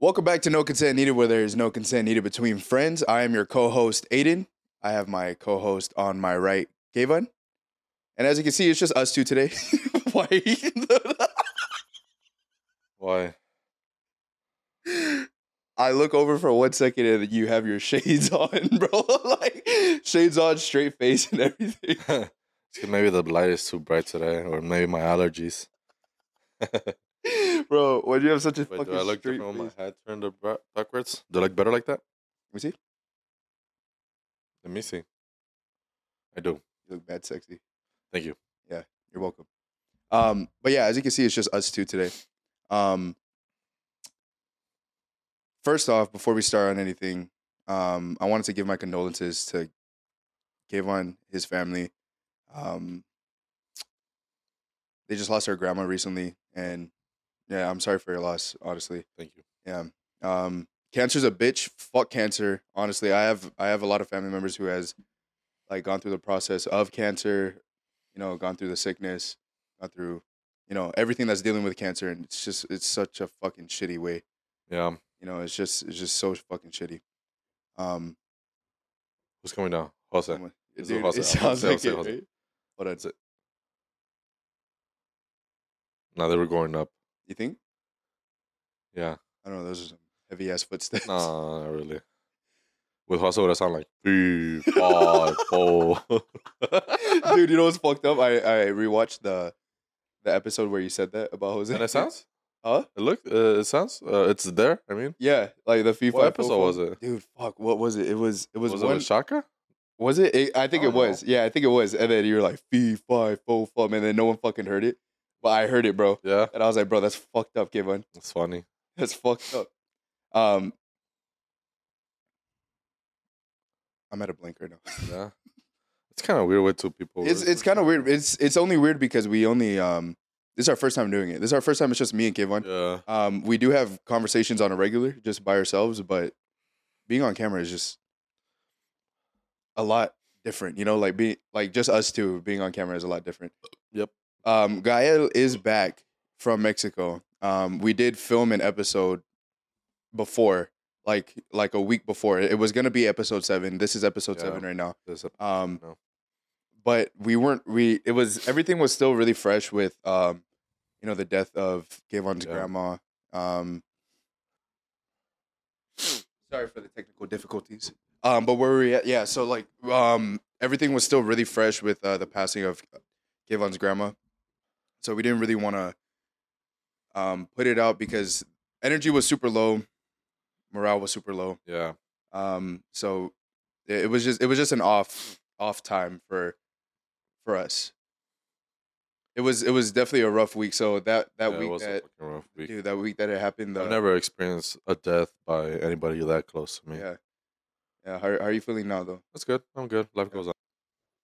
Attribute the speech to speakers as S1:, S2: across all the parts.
S1: Welcome back to No Consent Needed, where there is no consent needed between friends. I am your co-host Aiden. I have my co-host on my right, Kayvon. And as you can see, it's just us two today. Why? are you-
S2: Why?
S1: I look over for one second and you have your shades on, bro. like shades on, straight face, and everything.
S2: So maybe the light is too bright today, or maybe my allergies.
S1: Bro, why do you have such a
S2: Wait,
S1: fucking
S2: do I look
S1: straight
S2: different
S1: face?
S2: with my head turned abra- backwards? Do I look better like that?
S1: Let me see.
S2: Let me see. I do.
S1: You look mad sexy.
S2: Thank you.
S1: You're welcome. Um, but yeah, as you can see, it's just us two today. Um, first off, before we start on anything, um, I wanted to give my condolences to Kayvon, his family. Um, they just lost their grandma recently, and yeah, I'm sorry for your loss. Honestly,
S2: Thank you.
S1: yeah. Um, cancer's a bitch. Fuck cancer. Honestly, I have I have a lot of family members who has like gone through the process of cancer, you know, gone through the sickness, gone through, you know, everything that's dealing with cancer, and it's just it's such a fucking shitty way.
S2: Yeah.
S1: You know, it's just it's just so fucking shitty. Um,
S2: Who's coming down? Jose.
S1: someone-
S2: Is it
S1: dude,
S2: Jose?
S1: it sounds
S2: Jose,
S1: like
S2: Jose,
S1: it,
S2: Jose.
S1: right? Hold on,
S2: Is it- Now they were going up.
S1: you think?
S2: Yeah.
S1: I don't know. Those are some heavy ass footsteps.
S2: Nah, not really. With Jose, would I sound like three, five, four?
S1: dude, you know what's fucked up? I I rewatched the the episode where you said that about Jose.
S2: and it sounds?
S1: Huh?
S2: It look. Uh, it sounds. Uh, it's there. I mean,
S1: Yeah, like the FIFA.
S2: What episode
S1: fofo.
S2: was it?
S1: Dude, fuck. What was it? It was. It was.
S2: was,
S1: Was
S2: it
S1: one,
S2: with Shaka?
S1: Was it? it I think
S2: I
S1: it
S2: don't
S1: was. Yeah, I think it was. And then you were like fee fi fo fum, and then no one fucking heard it, but I heard it, bro.
S2: Yeah.
S1: And I was like, bro, that's fucked up, Kevin.
S2: It's funny.
S1: That's fucked up. Um, I'm at a blinker now.
S2: Yeah. It's kind of weird with two people.
S1: It's
S2: were-
S1: it's kind of weird. It's it's only weird because we only um this is our first time doing it. This is our first time. It's just me and Kevin.
S2: Yeah.
S1: Um, we do have conversations on a regular, just by ourselves, but being on camera is just a lot different. You know, like being like just us two being on camera is a lot different.
S2: Yep.
S1: Um, Gael is back from Mexico. Um, we did film an episode before, like like a week before. It was gonna be episode seven. This is episode
S2: Yeah.
S1: seven right now.
S2: There's a-
S1: Um,
S2: No.
S1: but we weren't. We it was everything was still really fresh with um, you know, the death of Gavon's
S2: Yeah.
S1: grandma. Um, sorry for the technical difficulties. Um, but where were we at? Yeah, so like um, everything was still really fresh with uh, the passing of Gavon's grandma, so we didn't really want to um put it out because energy was super low, morale was super low.
S2: yeah.
S1: Um, so it, it was just it was just an off off time for for us. It was it was definitely a rough week. So that that
S2: yeah, it
S1: week
S2: was a
S1: that
S2: fucking rough week.
S1: dude that week that it happened. uh, The,
S2: I've never experienced a death by anybody that close to me.
S1: yeah yeah. How, how are you feeling now though?
S2: That's good. I'm good. Life goes on.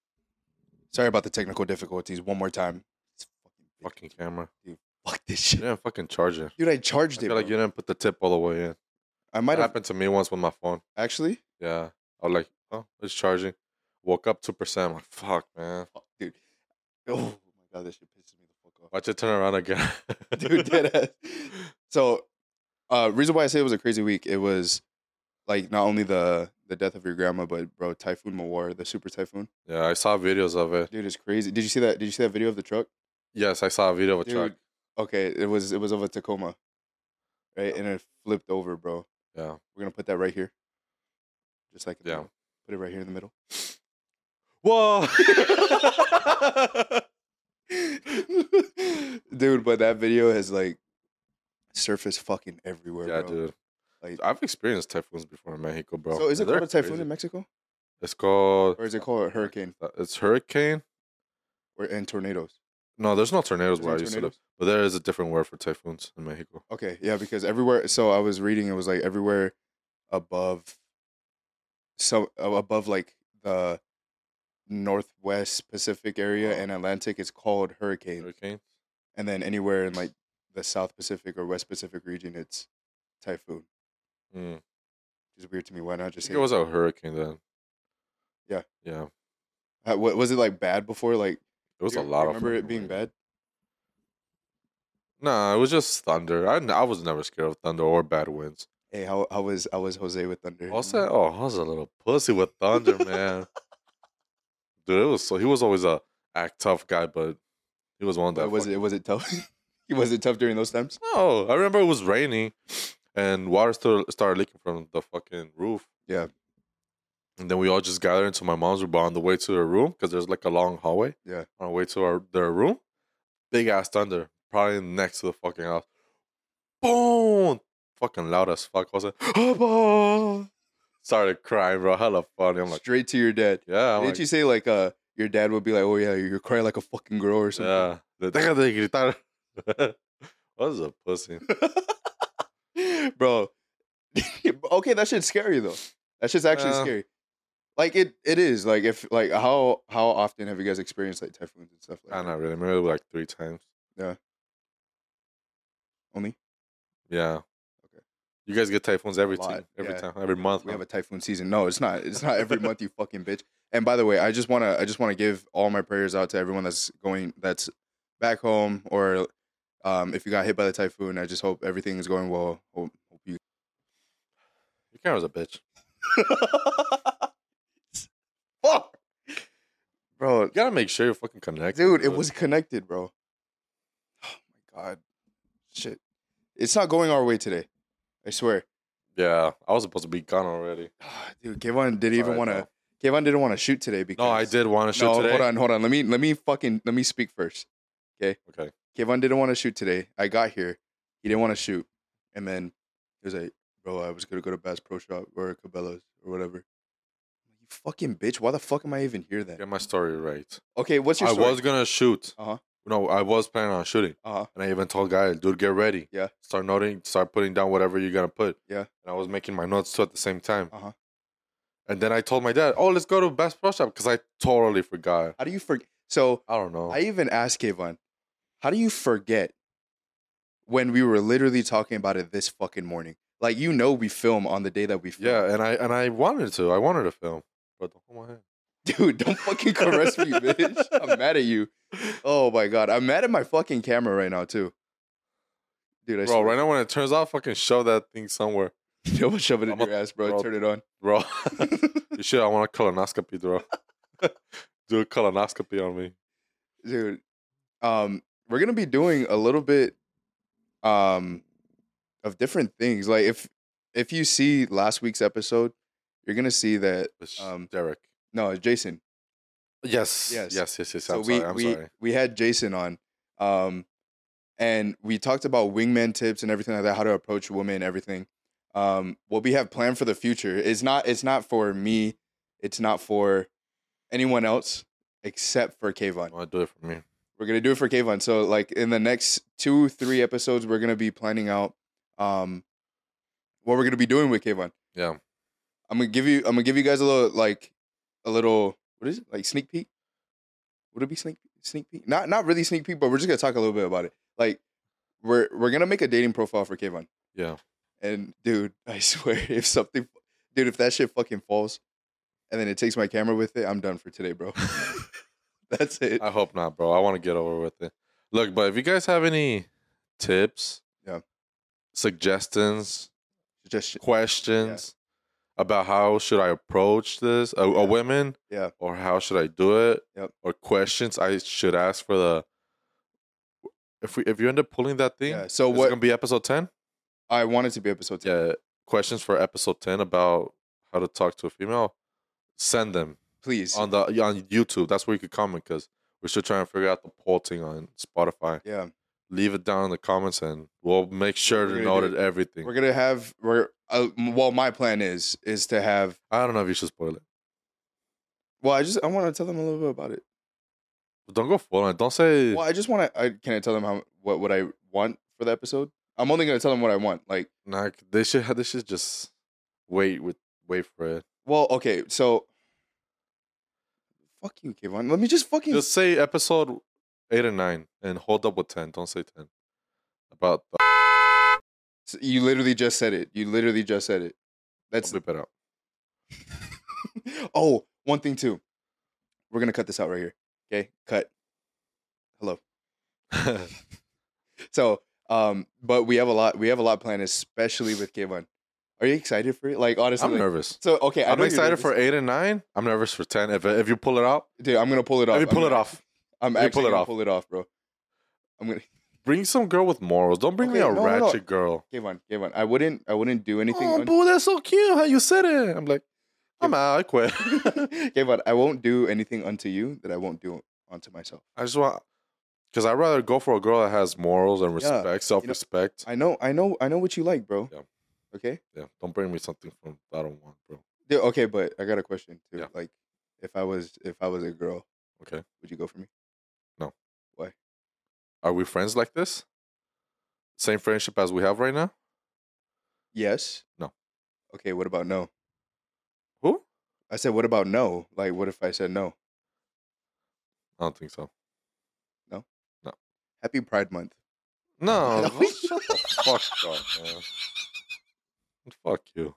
S1: Sorry about the technical difficulties. One more time. It's fucking,
S2: Fucking camera.
S1: fuck this
S2: You
S1: shit,
S2: didn't fucking charge it.
S1: dude. I
S2: I
S1: charged it.
S2: feel like
S1: bro.
S2: you didn't put the tip all the way in.
S1: I
S2: That
S1: might have
S2: happened to me once with my phone.
S1: actually,
S2: Yeah. I was like, oh, it's charging. Woke up 2%. I'm like, fuck, man.
S1: Fuck, dude. Oh my god, this shit pisses me the fuck off.
S2: Watch it turn around again.
S1: dude dead ass. so uh reason why i say it was a crazy week it was like not only the the death of your grandma but bro typhoon mawar the super typhoon
S2: yeah, I saw videos of it.
S1: dude is crazy did you see that did you see that video of the truck
S2: Yes, I saw a video of a truck.
S1: Dude. okay it was it was of a tacoma
S2: Oh.
S1: right and it flipped over bro
S2: Yeah.
S1: we're gonna put that right here just like in the
S2: Yeah.
S1: middle. put it right here in the middle
S2: Whoa.
S1: dude but that video has like surfaced fucking everywhere
S2: yeah,
S1: bro.
S2: dude.
S1: Like-
S2: I've experienced typhoons before in Mexico, bro.
S1: so is it
S2: They're
S1: called a typhoon
S2: crazy.
S1: in mexico
S2: It's called.
S1: or is it called a hurricane
S2: uh, It's hurricane.
S1: or and tornadoes
S2: No, there's no tornadoes
S1: There's
S2: where
S1: no
S2: I used to live,
S1: tornadoes?
S2: but there is a different word for typhoons in Mexico.
S1: Okay, yeah, because everywhere. So I was reading, it was like everywhere above, so uh, above like the northwest Pacific area and Atlantic is called hurricane,
S2: Hurricane.
S1: and then anywhere in like the South Pacific or West Pacific region, it's typhoon.
S2: Mm. I
S1: Which is weird to me. Why not just
S2: think
S1: say?
S2: it was a hurricane then.
S1: Yeah.
S2: Yeah.
S1: Uh, wa- was it like bad before? Like
S2: It was
S1: do
S2: a
S1: you
S2: lot of.
S1: Remember it
S2: fucking
S1: being
S2: rain.
S1: bad?
S2: Nah, it was just thunder. I, n- I was never scared of thunder or bad winds.
S1: Hey, how how was how was Jose with Thunder?
S2: Also, oh, I was a little pussy with thunder, man. Dude, it was so he was always a act tough guy, but he was one that
S1: was it was it tough? was it tough during those times?
S2: No, I remember it was rainy, and water still started leaking from the fucking roof.
S1: Yeah.
S2: And then we all just gathered into my mom's room on the way to their room because there's like a long hallway.
S1: Yeah.
S2: On the way to our their room, big ass thunder, probably next to the fucking house. Boom! Fucking loud as fuck. I was like, started crying, bro. Hella funny. I'm like,
S1: Straight to your dad.
S2: yeah. I'm
S1: Didn't
S2: like,
S1: you say like uh your dad would be like, oh yeah, you're crying like a fucking girl or something?
S2: yeah. Deja de gritar. What is a pussy?
S1: bro. okay, that shit's scary though. That shit's actually
S2: Yeah.
S1: scary. Like it, it is. Like if like how how often have you guys experienced like typhoons and stuff like uh,
S2: I don't
S1: that?
S2: know, really. Maybe like three times.
S1: Only
S2: Yeah.
S1: Okay.
S2: You guys get typhoons every
S1: lot,
S2: time, every
S1: yeah.
S2: time, every month.
S1: we
S2: huh?
S1: have a typhoon season. No, it's not. It's not every month. You fucking bitch. And by the way, I just wanna I just wanna give all my prayers out to everyone that's going that's back home or um if you got hit by the typhoon. I just hope everything is going well. Hope, hope you.
S2: Your camera's a bitch.
S1: Fuck, bro.
S2: You gotta make sure you're fucking connected.
S1: dude it was connected bro oh my god shit it's not going our way today i swear
S2: Yeah, I was supposed to be gone already.
S1: dude Kevon didn't even
S2: Sorry,
S1: want to
S2: bro.
S1: Kevon didn't want to shoot today because
S2: No, I did want to shoot
S1: no
S2: today.
S1: hold on hold on let me let me fucking let me speak first
S2: Okay.
S1: Kevon didn't want to shoot today i got here he didn't want to shoot and then he was like bro i was gonna go to bass pro shop or cabela's or whatever you fucking bitch why the fuck am i even here then
S2: Get my story right.
S1: okay what's your
S2: I
S1: story?
S2: was gonna shoot.
S1: Uh-huh.
S2: No, I was planning on shooting.
S1: uh-huh
S2: And I even told guy, dude, get ready.
S1: Yeah.
S2: Start noting, start putting down whatever you're gonna put.
S1: Yeah.
S2: And I was making my notes too at the same time.
S1: Uh-huh.
S2: And then I told my dad, oh, let's go to Best Pro Shop because I totally forgot.
S1: how do you forget so
S2: I don't know.
S1: I even asked Kayvon, how do you forget when we were literally talking about it this fucking morning? Like you know we film on the day that we film.
S2: yeah, and I and I wanted to. I wanted to film, but don't hold my hand.
S1: Dude, don't fucking caress me, bitch. I'm mad at you. Oh my god. I'm mad at my fucking camera right now too. Dude, I
S2: Bro,
S1: swear.
S2: right now when it turns off, fucking shove that thing somewhere,
S1: You know what? Shove it in
S2: I'm a-
S1: your ass, bro.
S2: bro.
S1: Turn it on.
S2: bro. you should. I want a colonoscopy, bro. Do a colonoscopy on me.
S1: Dude. Um, we're gonna be doing a little bit um of different things. Like if if you see last week's episode, you're gonna see that Um,
S2: Um, Derek.
S1: no, Jason.
S2: Yes.
S1: yes.
S2: Yes. Yes. Yes. Yes.
S1: so
S2: I'm
S1: we
S2: sorry. I'm
S1: we
S2: sorry.
S1: we had Jason on, um, and we talked about wingman tips and everything like that, how to approach women, everything. Um, what we have planned for the future is not it's not for me, it's not for anyone else except for Kayvon.
S2: You want to do it for me?
S1: We're gonna do it for Kayvon. So like in the next two three episodes, we're gonna be planning out um what we're gonna be doing with Kayvon.
S2: Yeah.
S1: I'm gonna give you I'm gonna give you guys a little like a little what is it like sneak peek? Would it be sneak sneak peek? Not not really sneak peek, but we're just gonna talk a little bit about it. Like we're we're gonna make a dating profile for Kayvon.
S2: Yeah.
S1: And dude, I swear, if something, dude, if that shit fucking falls, and then it takes my camera with it, I'm done for today, bro. That's it.
S2: I hope not, bro. I want to get over with it. Look, but if you guys have any tips,
S1: Yeah.
S2: suggestions,
S1: Just
S2: questions about how should I approach this a,
S1: Yeah.
S2: a women,
S1: Yeah.
S2: or how should I do it,
S1: Yep.
S2: or questions I should ask for the. If we if you end up pulling that thing,
S1: yeah. So
S2: is it
S1: what?
S2: gonna be episode ten?
S1: I want it to be episode ten.
S2: Yeah, questions for episode ten about how to talk to a female. Send them
S1: Please.
S2: on the on YouTube. That's where you could comment because we're still trying to figure out the poll thing on Spotify.
S1: yeah.
S2: Leave it down in the comments and we'll make sure
S1: We're
S2: to
S1: gonna do it.
S2: note everything.
S1: We're gonna have we're uh, well. My plan is is to have.
S2: I don't know if you should spoil it.
S1: Well, I just I want to tell them a little bit about it.
S2: But don't go full on. it. Don't say
S1: Well, I just want to. I can I tell them how what what I want for the episode. I'm only gonna tell them what I want. Like,
S2: Nah, they should. ha- They should just wait with wait for it.
S1: well, okay, so. Fuck you, Kevon. Let me just fucking.
S2: Just say episode eight and nine, and hold up with ten. Don't say ten. About the,
S1: You literally just said it. You literally just said it.
S2: I'll
S1: That's
S2: bleep it out.
S1: oh, one thing too. We're gonna cut this out right here. Okay, cut. Hello. So Um, but we have a lot. We have a lot planned, especially with Kayvon. Are you excited for it? Like honestly,
S2: I'm
S1: like-
S2: nervous.
S1: So okay, I
S2: I'm
S1: know you're
S2: excited
S1: nervous.
S2: for eight and nine. I'm nervous for ten. If if you pull it out,
S1: Dude, I'm gonna pull it off.
S2: if you
S1: I'm
S2: pull it
S1: gonna-
S2: off,
S1: I'm
S2: Let me
S1: actually
S2: pull it
S1: gonna
S2: off.
S1: pull it off, bro. I'm gonna
S2: bring some girl with morals. Don't bring me
S1: Okay,
S2: a
S1: no, no, no.
S2: ratchet girl.
S1: Kayvon, Kayvon. I wouldn't. I wouldn't do anything.
S2: Oh,
S1: un-
S2: boo, that's so cute. How you said it? I'm like, I'm out. I quit.
S1: Kayvon, I won't do anything unto you that I won't do unto myself.
S2: I just want because I'd rather go for a girl that has morals and
S1: Yeah,
S2: respect, self-respect.
S1: I know. I know. I know what you like, bro.
S2: Yeah.
S1: Okay.
S2: yeah, don't bring me something from I don't want, bro.
S1: Dude, okay, but I got a question too.
S2: Yeah.
S1: Like, if I was if I was a girl,
S2: Okay.
S1: would you go for me?
S2: Are we friends like this? Same friendship as we have right now?
S1: Yes.
S2: No.
S1: Okay. What about no?
S2: Who?
S1: I said, what about no? Like, what if I said no?
S2: I don't think so.
S1: Happy Pride Month.
S2: No,
S1: No.
S2: no, shut the fuck up, man. Fuck you.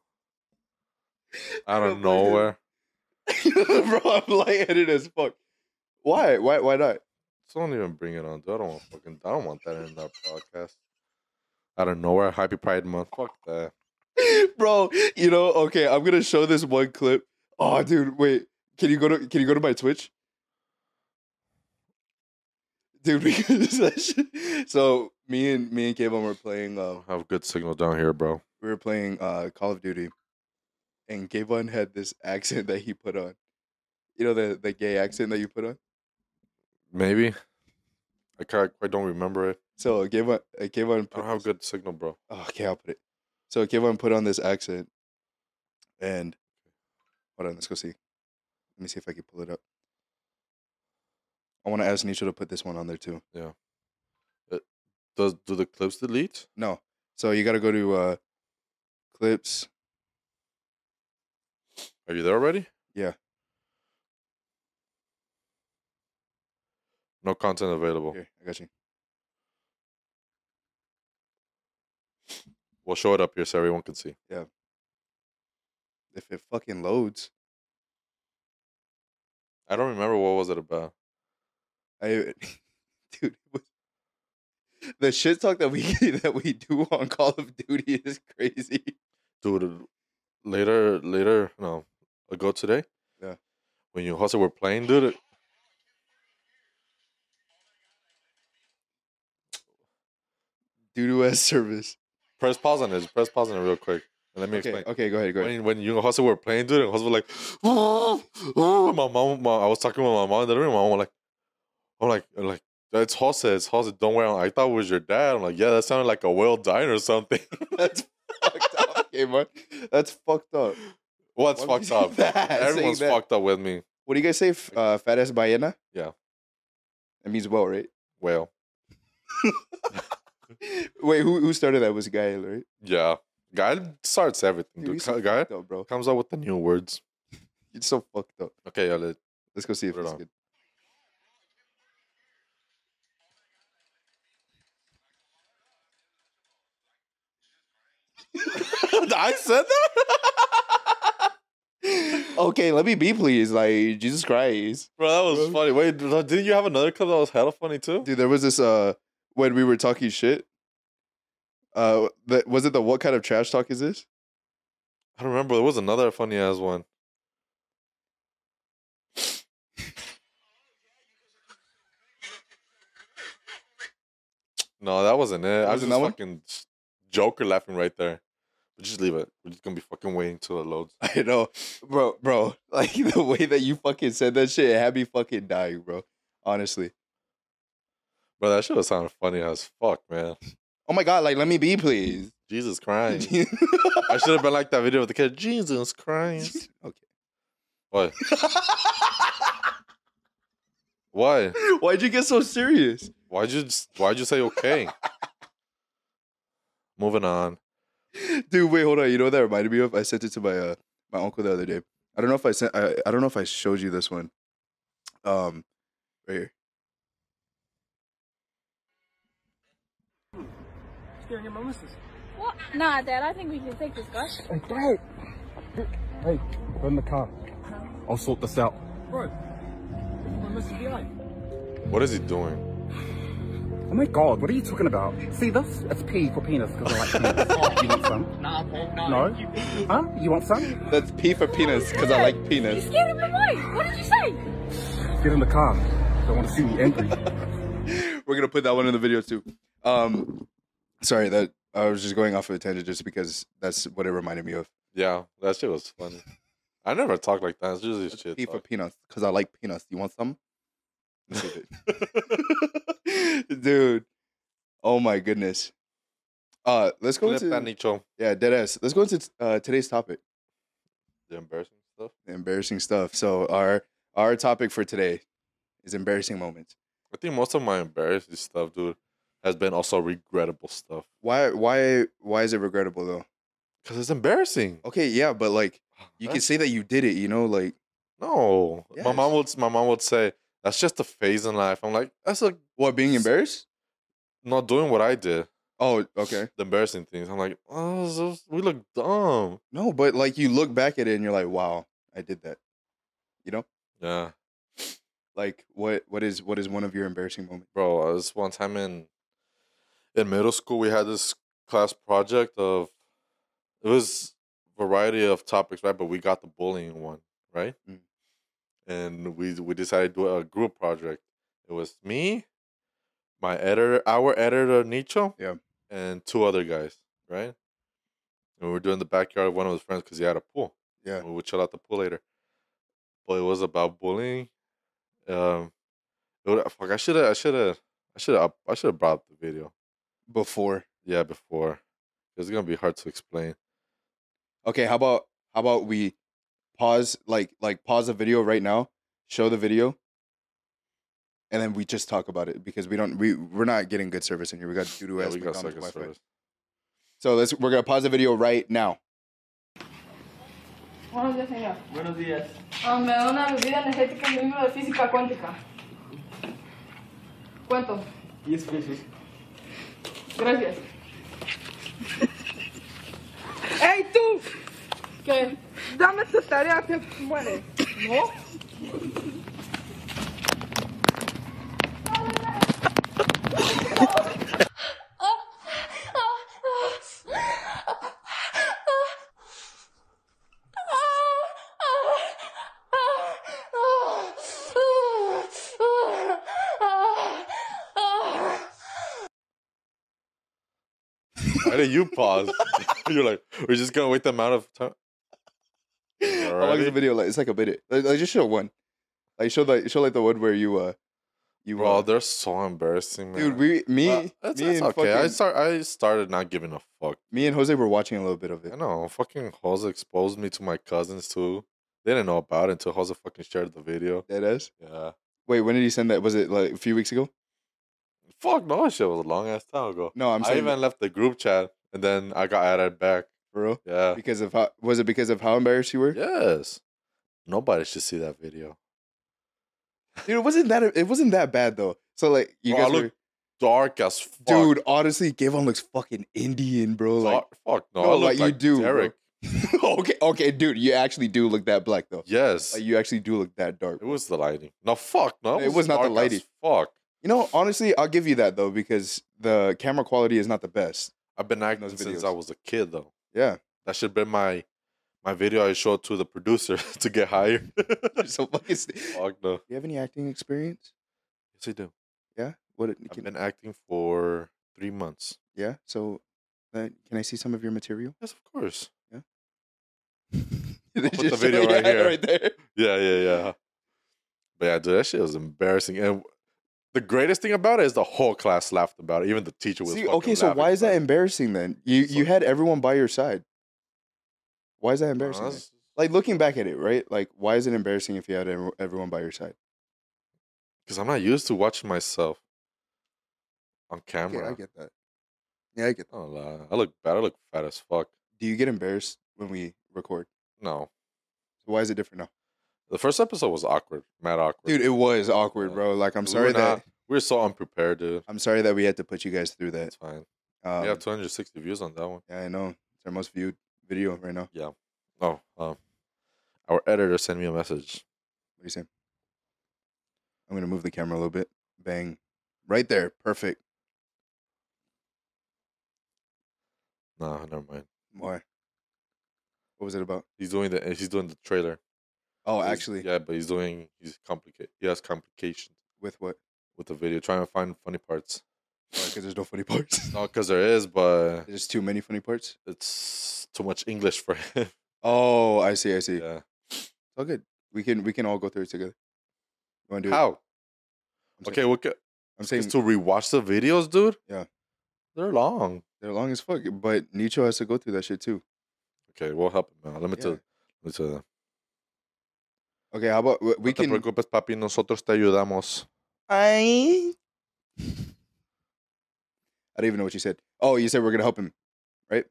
S2: Out
S1: don't
S2: of
S1: blame you.
S2: nowhere.
S1: bro, I'm lightheaded as fuck. Why? Why? Why not?
S2: So don't even bring it on, dude. I don't want fucking. I don't want that in our podcast. Out of nowhere, Happy Pride Month. Fuck that.
S1: bro you know okay i'm gonna show this one clip oh dude wait can you go to can you go to my twitch dude because that shit- so me and me and Kevin were playing uh
S2: Don't have good signal down here, bro.
S1: we were playing uh call of duty and Kevin had this accent that he put on you know the the gay accent that you put on
S2: Maybe. I can't, I don't remember it.
S1: so Kevin uh, Kevin
S2: I don't have good signal, bro.
S1: Oh, okay, I'll put it. So Kevin put on this accent, and hold on, let's go see. Let me see if I can pull it up. I want to ask Nicho to put this one on there too.
S2: Does do the clips delete?
S1: No, so you got to go to uh, clips.
S2: Are you there already?
S1: Yeah.
S2: No content available.
S1: Here, I got you.
S2: We'll show it up here so everyone can see.
S1: If it fucking loads,
S2: I don't remember what was it about.
S1: I, dude, it was, the shit talk that we that we do on Call of Duty is crazy.
S2: Dude, later, later, no, ago today.
S1: Yeah.
S2: When you and Jose were playing, dude. it-
S1: Due to as service.
S2: Press pause on this. Press pause on it real quick. And let me
S1: Okay,
S2: explain.
S1: okay, go ahead, go ahead.
S2: When, when you and Jose were playing, dude, and Jose was like, "Ah, my mom, my, I was talking with my mom in the room. My mom was like, I'm like, I'm like, that's Jose. It's Jose. Don't worry. I'm like, I thought it was your dad. I'm like, yeah, that sounded like a whale dying or something.
S1: That's fucked up, Kevin. That's fucked up.
S2: What's
S1: Why would
S2: fucked
S1: you
S2: up?
S1: do that? Saying
S2: Everyone's
S1: that.
S2: fucked up with me.
S1: What do you guys say? F- uh, fat ass ballena?
S2: Yeah.
S1: That means well, right?
S2: Whale.
S1: Wait, who, who started that? Was Guy, right?
S2: Yeah. Guy starts everything,
S1: Dude,
S2: dude.
S1: he's so
S2: Guy- Guy
S1: fucked up, bro.
S2: comes up with the new words.
S1: It's so fucked up.
S2: Okay, yeah, let-
S1: Let's go see if
S2: Put it
S1: it's
S2: on.
S1: good.
S2: I said that?
S1: Okay, let me be, please. Like, Jesus Christ.
S2: Bro, that was
S1: Bro.
S2: funny. Wait, th- didn't you have another clip that was hella funny too?
S1: Dude, there was this, uh, when we were talking shit. Uh, the, was it the what kind of trash talk is this?
S2: I don't remember. There was another funny ass one. No, that wasn't it. I
S1: Wasn't
S2: was just
S1: that one?
S2: fucking s- Joker laughing right there. But just leave it. We're just gonna be fucking waiting till it loads.
S1: I know, bro, bro. Like the way that you fucking said that shit, it had me fucking dying, bro. Honestly.
S2: Bro, that shit was sounding funny as fuck, man.
S1: Oh my god, like let me be, please.
S2: Jesus Christ. I should have been like that video with the kid. Jesus Christ.
S1: okay.
S2: What? Why?
S1: Why'd you get so serious?
S2: Why'd you s- why'd you say okay? Moving on.
S1: Dude, wait, hold on. You know what that reminded me of? I sent it to my uh, my uncle the other day. I don't know if I sent I, I don't know if I showed you this one. Um right here.
S3: staring at my missus.
S4: What? Nah, Dad, I think we can take this guy.
S3: Hey, Dad. Hey, go in the car.
S5: I'll sort this out.
S3: Bro, my missus behind.
S2: What is he doing?
S3: Oh my god, what are you talking about? See this? It's P for penis because I like penis. you want some?
S5: Nah, Paul, nah.
S3: No? Huh? You want some?
S1: That's P for penis because I like
S4: You
S1: penis.
S4: scared him away. What did you say?
S3: Get in the car. Don't want to see me angry.
S1: We're gonna put that one in the video too. Um, sorry that I was just going off of a tangent just because that's what it reminded me of.
S2: Yeah, that shit was funny. I never talk like that. It's usually shit.
S1: P for
S2: talk.
S1: peanuts because I like peanuts. You want some? Dude, oh my goodness. Uh, let's go
S2: Clip that,
S1: into
S2: Nicho.
S1: yeah, dead ass. Let's go into uh, today's topic.
S2: The embarrassing stuff.
S1: embarrassing stuff. So our our topic for today is embarrassing moments.
S2: I think most of my embarrassing stuff, dude, has been also regrettable stuff.
S1: Why why why is it regrettable though?
S2: Cause it's embarrassing.
S1: Okay, yeah, but like Oh, you can
S2: That's-
S1: say that you did it, you know, like
S2: No, my
S1: Yes.
S2: mom would. My mom would say that's just a phase in life. I'm like, that's like
S1: what being embarrassed?
S2: not doing what I did.
S1: Oh, okay.
S2: The embarrassing things. I'm like, oh, so- we look dumb.
S1: No, but like you look back at it and you're like, wow, I did that.
S2: Yeah,
S1: Like what what is what is one of your embarrassing moments?
S2: bro. I was one time in in middle school. We had this class project of it was variety of topics, right? But we got the bullying one, right?
S1: Mm.
S2: And we we decided to do a group project. It was me, my editor, our editor Nicho,
S1: Yeah.
S2: and two other guys, right? And we were doing the backyard of one of his friends because he had a pool.
S1: Yeah.
S2: we would chill out the pool later. But it was about bullying. Um, it would, fuck, I should have, I should have, I should have, I should have brought up the video.
S1: Before.
S2: Yeah, before it's gonna be hard to explain.
S1: Okay, how about how about we pause like like pause the video right now, show the video, and then we just talk about it because we don't we we're not getting good service in here. We got doo doo
S2: Yeah,
S1: ass
S2: we got
S1: McDonald's
S2: second
S1: Wi-Fi.
S2: service.
S1: So let's we're gonna pause the video right now.
S6: Buenos días, señor.
S5: Buenos días.
S6: Ah, me da una bebida energética en libro de física cuántica. Cuento.
S5: 10 pesos.
S6: Gracias. ¡Ey, tú! ¿Qué? Dame tu tarea, te mueres. ¿No?
S2: Why did you pause? You're like, we're just gonna wait the amount of time.
S1: How long is the
S2: Alrighty.
S1: video? Like it's like a minute. Like, like, just show one. Like show like show like the one where you uh you
S2: Bro,
S1: uh,
S2: they're so embarrassing, man.
S1: dude. We me
S2: Uh, it's,
S1: me
S2: it's
S1: and
S2: okay. I
S1: fucking-
S2: start. I started not giving a fuck.
S1: me and Jose were watching a little bit of it.
S2: I know. Fucking Jose exposed me to my cousins too. They didn't know about it until Jose fucking shared the video.
S1: Dead ass.
S2: Yeah.
S1: Wait, when did he send that? Was it like a few weeks ago?
S2: Fuck no, that shit was a long ass time ago.
S1: No, I'm
S2: I
S1: saying
S2: even left the group chat and then I got added back.
S1: for real.
S2: Yeah.
S1: Because of how was it because of how embarrassed you were?
S2: Yes. Nobody should see that video.
S1: Dude, it wasn't that it wasn't that bad though. So like you
S2: Bro, I
S1: guys
S2: look
S1: were-
S2: Dark as fuck.
S1: Oh, dude, honestly, Gavon looks fucking Indian, bro. Like
S2: Dark, fuck no.
S1: No,
S2: I look
S1: like,
S2: like,
S1: you do, bro.
S2: Derek.
S1: okay, okay, dude, you actually do look that black though.
S2: Yes.
S1: Like you actually do look that dark.
S2: It was the lighting. No, fuck no.
S1: It was not the
S2: dark as
S1: lighting.
S2: Fuck.
S1: You know, honestly, I'll give you that though because the camera quality is not the best.
S2: I've been acting
S1: those
S2: since
S1: videos.
S2: I was a kid though.
S1: Yeah,
S2: That should be my my video I showed to the producer to get hired.
S1: so fucking. St- Do
S2: fuck no.
S1: you have any acting experience?
S2: Yes, I do.
S1: Yeah. What? it-
S2: I've
S1: Can,
S2: been acting for three months.
S1: yeah. So, uh, can I see some of your material?
S2: Yes, of course.
S1: They
S2: put the
S1: just- "Oh,
S2: video right
S1: yeah,
S2: here.
S1: right there.
S2: Yeah, yeah, yeah. But yeah, dude, that shit was embarrassing. And the greatest thing about it is the whole class laughed about it. Even the teacher was.
S1: See,
S2: fucking
S1: okay, so
S2: laughing
S1: why is that
S2: about it.
S1: embarrassing then? You you
S2: So-
S1: had everyone by your side. Why is that embarrassing?
S2: Uh,
S1: then?
S2: that's-
S1: Like looking back at it, right? Like, why is it embarrassing if you had ev- everyone by your side?
S2: Because I'm not used to watching myself on
S1: Okay,
S2: camera.
S1: I get that. Yeah, I get.
S2: I, don't lie. I look bad. I look fat as fuck.
S1: Do you get embarrassed when we record?
S2: No,
S1: Why is it different now?
S2: the first episode was awkward, mad awkward.
S1: Dude, it was awkward,
S2: Yeah.
S1: bro. Like, I'm
S2: We
S1: sorry
S2: were
S1: that
S2: not- we we're so unprepared, dude.
S1: I'm sorry that we had to put you guys through that.
S2: It's fine.
S1: Um,
S2: we have 260 views on that one.
S1: yeah, I know. It's our most viewed video right now. What
S2: Oh, um, our editor sent me a message.
S1: do you say? I'm gonna move the camera a little bit. Bang, right there, perfect.
S2: Nah, never mind.
S1: Why? What was it about?
S2: He's doing the he's doing the trailer.
S1: Oh,
S2: He's-
S1: actually,
S2: yeah, but he's doing he's complicated. He has complications
S1: with what?
S2: with the video, trying to find funny parts.
S1: Because there's no funny parts.
S2: Not because there is, but
S1: there's too many funny parts.
S2: it's too much English for him.
S1: Oh, I see. I see.
S2: yeah.
S1: All good. We can we can all go through it together. You want to do it?
S2: How?
S1: I'm
S2: Okay,
S1: saying-
S2: what? ca-
S1: I'm saying
S2: Is to rewatch the videos, dude.
S1: Yeah.
S2: they're long.
S1: they're long as fuck, but Nicho has to go through that shit too.
S2: Okay, we'll help him out. Let me
S1: Yeah.
S2: tell. Let me tell them.
S1: Okay, how about we- we
S2: No te
S1: can?
S2: preocupes, papi. Nosotros te ayudamos.
S1: I. I don't even know what you said. Oh, you said we're gonna help him, right?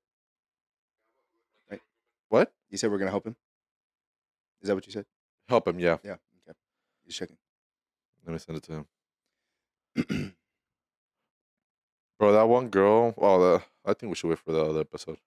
S1: Right.
S2: What?
S1: You said we're gonna help him. Is that what you said?
S2: Help him. Yeah.
S1: Yeah. Okay. Just checking.
S2: Let me send it to him. Bro, that one girl. Oh, the, I think we should wait for the other episode.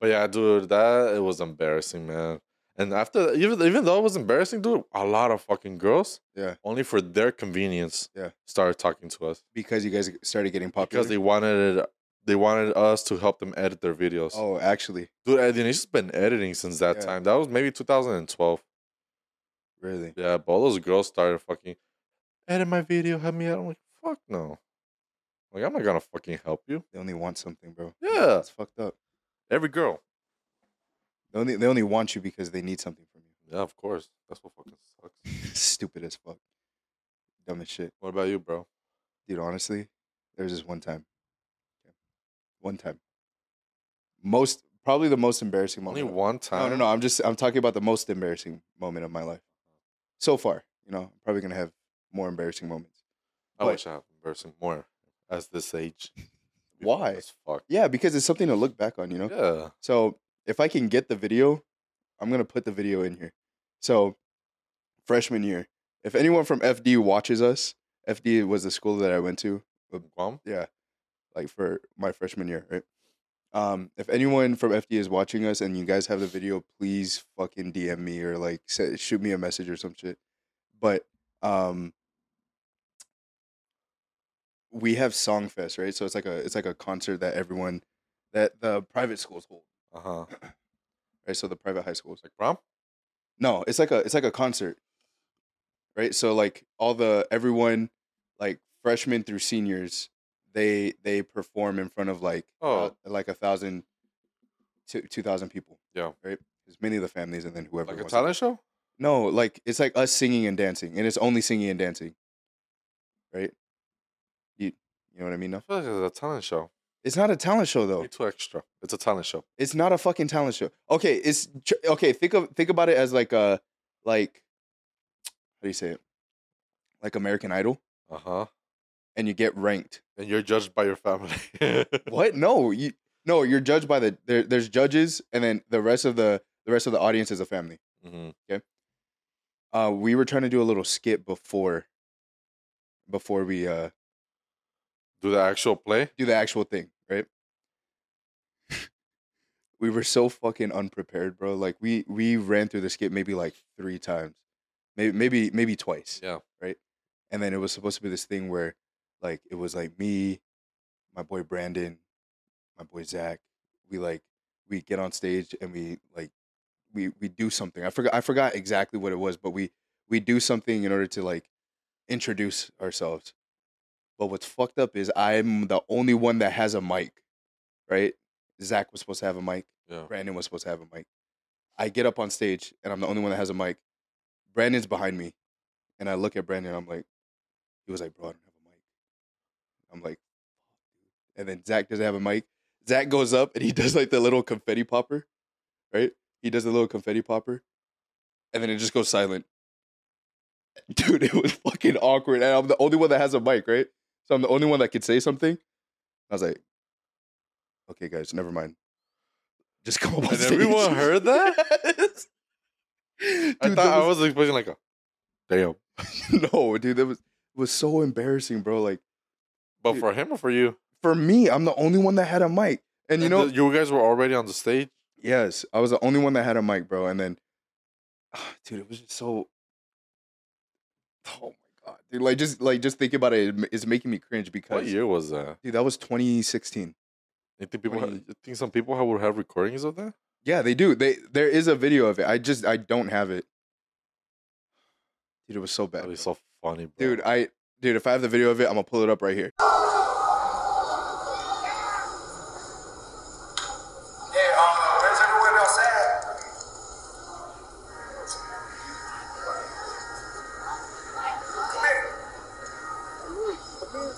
S2: But yeah, dude, that it was embarrassing, man. And after, even even though it was embarrassing, dude, a lot of fucking girls,
S1: Yeah.
S2: only for their convenience,
S1: Yeah.
S2: started talking to us
S1: Because you guys started getting popular.
S2: because they wanted it. They wanted us to help them edit their videos.
S1: oh, actually,
S2: Dude, and then he's just been editing since that
S1: Yeah.
S2: time. That was maybe 2012.
S1: really?
S2: Yeah, but all those girls started fucking edit my video, help me out. I'm like, fuck no. Like I'm not gonna fucking help you.
S1: They only want something, bro.
S2: Yeah.
S1: That's fucked up.
S2: Every girl.
S1: They only they only want you because they need something from you.
S2: Yeah, of course. That's what fucking sucks.
S1: Stupid as fuck. Dumb as shit.
S2: What about you, bro?
S1: dude honestly there was this one time Okay. one time most probably the most embarrassing moment
S2: Only
S1: of-
S2: one
S1: no
S2: time.
S1: no no i'm just i'm talking about the most embarrassing moment of my life so far you know i'm probably gonna have more embarrassing moments
S2: I
S1: but-
S2: wish I had embarrassing more as this age.
S1: Why?
S2: As fuck.
S1: yeah because it's something to look back on you know
S2: Yeah.
S1: so if i can get the video i'm gonna put the video in here so freshman year if anyone from fd watches us fd was the school that i went to
S2: With Guam?
S1: yeah, like for my freshman year, right? Um, if anyone from FD is watching us and you guys have the video, please fucking DM me or like say, shoot me a message or some shit. But um, we have Songfest, right? So it's like a it's like a concert that everyone that the private schools hold,
S2: Uh-huh.
S1: right? So the private high schools.
S2: Like prom?
S1: No, it's like a it's like a concert. Right? So like all the everyone like freshmen through seniors, they they perform in front of like
S2: Oh.
S1: thou- like a thousand two two thousand people.
S2: Yeah.
S1: Right? There's many of the families and then whoever
S2: Like a
S1: wants to-
S2: talent show?
S1: No, like it's like us singing and dancing and it's only singing and dancing. Right? You you know what I mean? No.
S2: I feel like it's a talent show.
S1: It's not a talent show
S2: Oh.
S1: though.
S2: Too extra. It's a talent show.
S1: It's not a fucking talent show. Okay, it's tr- okay. Think of think about it as like a like how do you say it? Like American Idol,
S2: Uh-huh.
S1: and you get ranked.
S2: And you're judged by your family.
S1: What? No, you no. You're judged by the there, there's judges, and then the rest of the the rest of the audience is a family.
S2: hmm
S1: Uh, we were trying to do a little skit before before we uh
S2: Do the actual play?
S1: do the actual thing, right? we were so fucking unprepared, bro. Like we we ran through the skit maybe like three times, maybe maybe maybe twice,
S2: Yeah.
S1: and then it was supposed to be this thing where, like, it was like me, my boy Brandon, my boy Zach. We like we get on stage and we like we we do something. I forgot I forgot exactly what it was, but we we do something in order to like introduce ourselves. But what's fucked up is I'm the only one that has a mic, right? Zach was supposed to have a mic.
S2: Yeah.
S1: Brandon was supposed to have a mic. I get up on stage and I'm the only one that has a mic. Brandon's behind me, and I look at Brandon. I'm like, he was like, "Bro, I don't have a mic." I'm like, and then Zach doesn't have a mic. Zach goes up and he does like the little confetti popper, right? He does the little confetti popper, and then it just goes silent. Dude, it was fucking awkward, and I'm the only one that has a mic, right? So I'm the only one that could say something. I was like, "Okay, guys, never mind. Just come up on
S2: And
S1: stage."
S2: everyone heard that?
S1: Dude,
S2: I
S1: that
S2: thought
S1: was-
S2: I was expecting like a damn.
S1: no, dude, that was it was so embarrassing, bro. Like
S2: But
S1: Dude.
S2: for him or for you?
S1: for me, I'm the only one that had a mic, and you know,
S2: th- you guys were already on the stage.
S1: yes, I was the only one that had a mic, bro. And then, dude, it was just so. Oh my god, dude! Like just like just thinking about it, it ma- it's making me cringe
S2: What
S1: because
S2: year was that?
S1: dude, that was 2016.
S2: And You think
S1: What
S2: people? Ha-
S1: do you-
S2: you think some people have, would have recordings of that?
S1: Yeah, they do. They there is a video of it. I just I don't have it. Dude, it was so bad.
S2: That'd be so funny, bro.
S1: Dude, I dude, if I have the video of it, I'm gonna pull it up right here.
S5: Yeah, uh, where's everyone else at? Come here. Come here.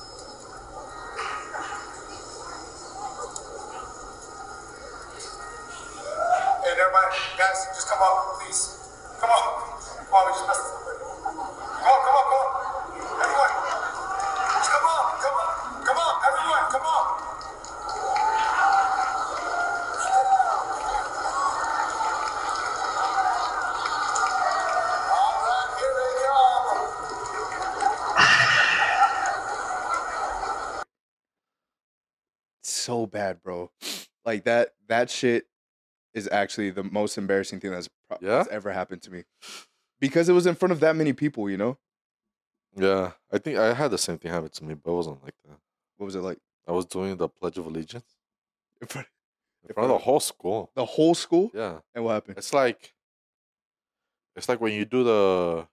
S5: Hey, everybody, guys, just come on, please. Come on. Come on, we just messed up. Come on, come on, come on. Everyone. Just come on, come on, come on, everyone, come on. All right, here they come.
S1: So bad, bro. Like that that shit is actually the most embarrassing thing that's, pro-
S2: Yeah?
S1: that's ever happened to me. Because it was in front of that many people, you know?
S2: Yeah, I think I had the same thing happen to me, but it wasn't like that.
S1: What was it like?
S2: I was doing the Pledge of Allegiance
S1: In front
S2: in front of the whole school.
S1: the whole school?
S2: Yeah,
S1: And what happened?
S2: it's like, it's like when you do the.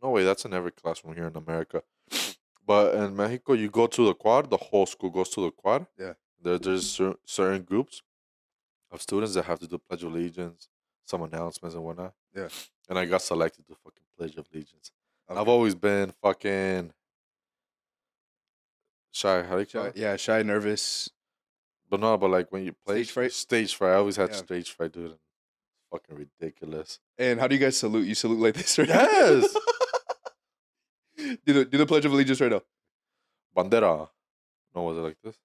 S2: No way, that's in every classroom here in America, but in Mexico you go to the quad. The whole school goes to the quad.
S1: Yeah.
S2: there, there's cer- certain groups of students that have to do Pledge of Allegiance, some announcements and whatnot.
S1: Yeah.
S2: and I got selected to fucking Pledge of Allegiance. I've
S1: Okay.
S2: always been fucking shy. How do you call
S1: Shy,
S2: it?
S1: yeah, shy, nervous.
S2: But no, but like when you play
S1: Stage fright?
S2: stage fright. I always had
S1: Yeah.
S2: stage fright, dude. and Fucking ridiculous.
S1: And how do you guys salute? You salute like this, right?
S2: Yes,
S1: do the do the Pledge of Allegiance right now.
S2: bandera. No, was it like this?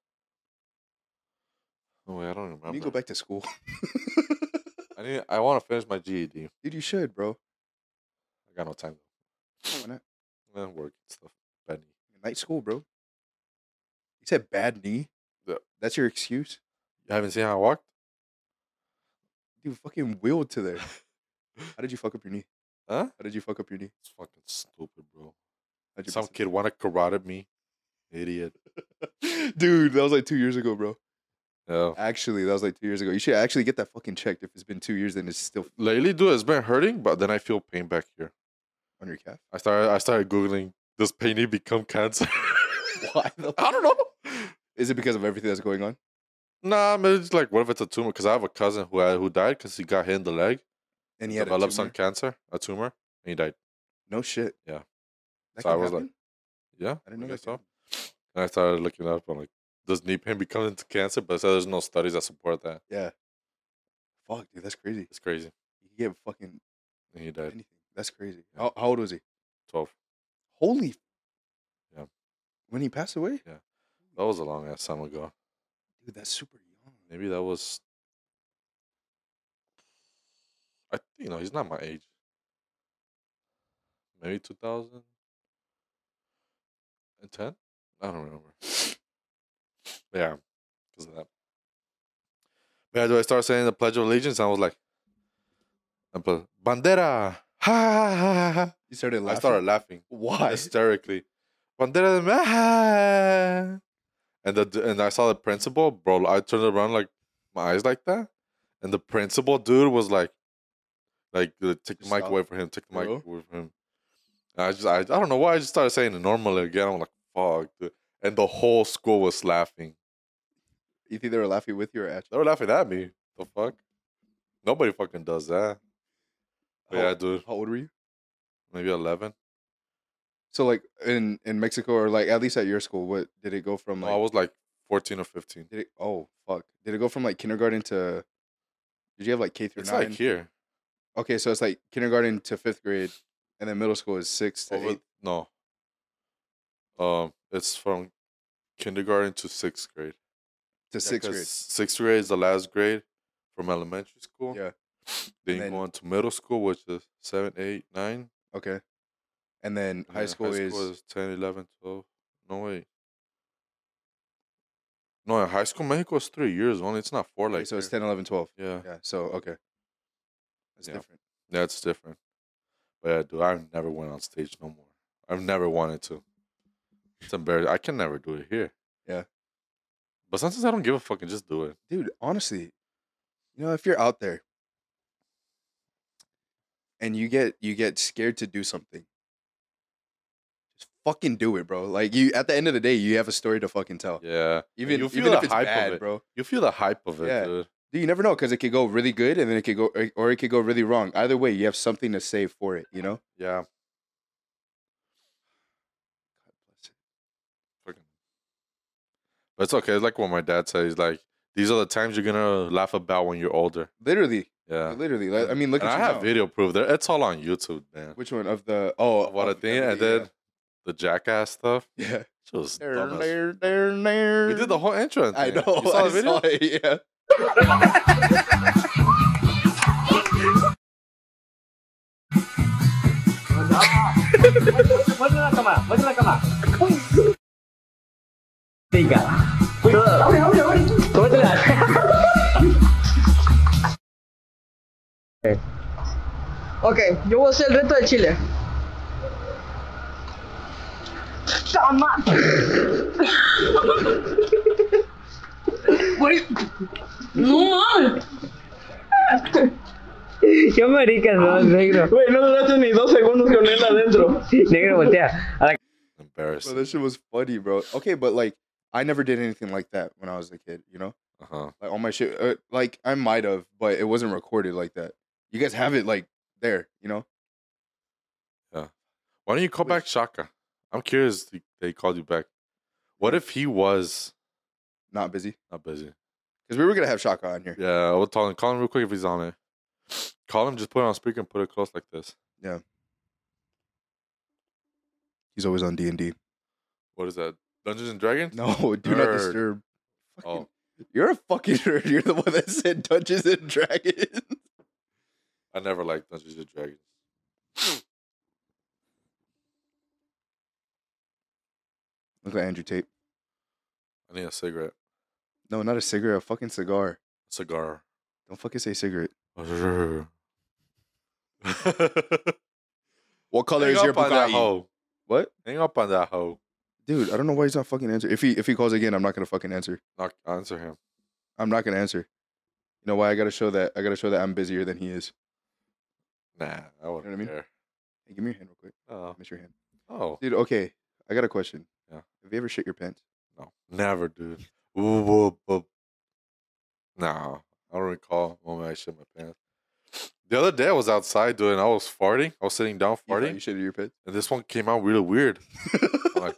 S2: No, wait, I don't remember.
S1: Can you go back to school?
S2: I need. I want to finish my GED. I
S1: Dude, you should, bro.
S2: got no time.
S1: Why not?
S2: Eh, work and stuff. Benny.
S1: Night school, bro. You said bad knee.
S2: Yeah.
S1: That's your excuse.
S2: You haven't seen how I walked?
S1: You fucking wheeled to there. How did you fuck up your knee?
S2: Huh?
S1: How did you fuck up your knee?
S2: It's fucking stupid, bro.
S1: How'd you
S2: Some
S1: mess
S2: kid wanna karate me. Idiot.
S1: up? Dude, that was like two years ago, bro.
S2: Yeah.
S1: Actually, that was like two years ago. You should actually get that fucking checked. If it's been two years, then it's still
S2: Lately, dude, it's been hurting, but then I feel pain back here.
S1: on your calf.
S2: I started I started googling does painting become cancer?
S1: Why the-
S2: I don't know.
S1: Is it because of everything that's going on?
S2: Nah, man, it's like what if it's a tumor? Because I have a cousin who had, who died because he got hit in the leg,
S1: And he had a
S2: developed some
S1: tumor?
S2: cancer, a tumor, and he died.
S1: No shit.
S2: Yeah.
S1: That
S2: So I
S1: can
S2: was like,
S1: happen?
S2: Yeah,
S1: I didn't know
S2: guess
S1: that.
S2: so.
S1: So.
S2: And I started looking up. I'm like, does knee pain become into cancer? But I said there's no studies that support that.
S1: Yeah. Fuck, dude, that's crazy.
S2: It's crazy.
S1: You can get fucking
S2: And he died.
S1: anything. That's crazy.
S2: Yeah.
S1: How, how old was he?
S2: Twelve.
S1: Holy.
S2: Yeah.
S1: When he passed away?
S2: That was a long ass time ago.
S1: Dude, that's super young.
S2: Maybe that was. I think no, he's not my age. Maybe two thousand and ten. I don't remember. yeah, because of that. Yeah, do I start saying the Pledge of Allegiance? I was like, I'm pl- bandera. Ha, ha, ha, ha, ha.
S1: You started
S2: I
S1: laughing.
S2: started laughing
S1: Why?
S2: hysterically. Bandera de Mexico. And the and I saw the principal, bro. I turned around like my eyes like that, and the principal dude was like, like uh, take the
S1: Just
S2: mic
S1: stop.
S2: away from him, take the mic
S1: Bro.
S2: away from him. And I just I, I don't know why I just started saying it normally again. I'm like fuck, dude. and the whole school was laughing.
S1: You think they were laughing with you or at you?
S2: They were laughing at me. The fuck, nobody fucking does
S1: How-
S2: that. But Oh, yeah, dude,
S1: How old were you?
S2: maybe eleven.
S1: So like in in Mexico or like at least at your school, what did it go from?
S2: No,
S1: Like,
S2: I was like fourteen or fifteen.
S1: did it? Oh fuck! Did it go from like kindergarten to? Did you have like K through
S2: It's
S1: nine?
S2: like here.
S1: Okay, so it's like kindergarten to fifth grade, and then middle school is six to
S2: Over-
S1: eight.
S2: No. Um, it's from kindergarten to sixth grade.
S1: to sixth grade.
S2: Sixth grade is the last grade from elementary school.
S1: Yeah. And
S2: Then, you go
S1: then-
S2: on to middle school, which is seven, eight, nine.
S1: Okay, and then
S2: and
S1: high
S2: then
S1: school, is,
S2: 10, 11, 12. No, wait. No, in high school, Mexico is three years only. It's not four
S1: okay,
S2: like
S1: so it's
S2: here.
S1: 10, 11, 12.
S2: Yeah.
S1: Yeah. So okay, that's
S2: Yeah.
S1: different.
S2: That's different. But yeah, dude, I've never went on stage no more. I've never wanted to. It's embarrassing. I can never do it here.
S1: Yeah.
S2: But sometimes I don't give a fucking. Just do it.
S1: dude, honestly, you know, if you're out there and you get you get scared to do something, just fucking do it, bro. Like you, at the end of the day, you have a story to fucking tell.
S2: Yeah.
S1: Even
S2: you feel
S1: even
S2: the
S1: if it's
S2: hype of
S1: bad,
S2: it.
S1: bro.
S2: You feel the hype of it,
S1: Yeah.
S2: dude.
S1: Dude, You never know because it could go really good and then it could go or- or it could go really wrong. Either way, you have something to say for it. You know.
S2: Yeah. Fucking- But it's okay. It's like what my dad said. He's like, these are the times you're gonna laugh about when you're older.
S1: Literally,
S2: Yeah.
S1: literally. like, I mean, look
S2: and
S1: at
S2: I
S1: you
S2: have
S1: now.
S2: video proof. There, it's all on YouTube, man.
S1: Which one of the? Oh,
S2: What a
S1: of
S2: thing! I
S1: everybody,
S2: did the jackass stuff.
S1: Yeah. yeah.
S2: She was dumb as-
S1: There, there, there.
S2: We did the whole intro.
S1: I
S2: thing.
S1: know.
S2: You saw
S1: I
S2: the video?
S1: saw it, yeah.
S7: Ok, yo voy a hacer el reto de Chile. Güey, No mames.
S8: Yo marica, no, negro.
S7: Güey, no duraste ni dos segundos con él adentro.
S8: Negro, voltea. A la...
S1: Bro,
S2: Embarrassing.
S1: that shit was funny, bro. Okay, but like, I never did anything like that when I was a kid. You know,
S2: Uh huh.
S1: like all my shit. Uh, like I might have, but it wasn't recorded like that. You guys have it like there. You know,
S2: Why don't you call
S1: Wait.
S2: back Shaka? I'm curious. if They called you back. What if he was
S1: not busy
S2: not busy?
S1: because we were gonna have Shaka on here.
S2: Yeah, I will tell him. Call him real quick if he's on it. Call him. Just put it on speaker and put it close like this.
S1: He's always on D and D.
S2: What is that? Dungeons and Dragons?
S1: No, do not
S2: Nerd.
S1: disturb.
S2: Oh,
S1: You're a fucking nerd. You're the one that said Dungeons and Dragons.
S2: I never liked Dungeons and Dragons.
S1: Look at Andrew Tate.
S2: I need a cigarette,
S1: No, not a cigarette. A fucking cigar.
S2: cigar.
S1: Don't fucking say cigarette.
S2: Hang
S1: What color is your
S2: up on that
S1: Bugatti?
S2: hoe.
S1: What,
S2: Hang up on that hoe.
S1: dude? I don't know why he's not fucking answering. If he if he calls again, I'm not gonna fucking answer.
S2: Knock, answer him.
S1: I'm not gonna answer. You know why? I gotta show that. I gotta show that I'm busier than he is.
S2: Nah, I wouldn't
S1: what I mean?
S2: care.
S1: Hey, give me your hand real quick.
S2: Oh,
S1: Miss your hand,
S2: oh,
S1: dude. Okay, I got a question.
S2: Yeah.
S1: Have you ever shit your pants?
S2: no, never, dude. Ooh, whoa, whoa. Nah, I don't recall the moment I shit my pants. The other day I was outside doing. I was farting. I was sitting down
S1: You thought You
S2: farting,
S1: shit your pants.
S2: and this one came out really weird. I'm like,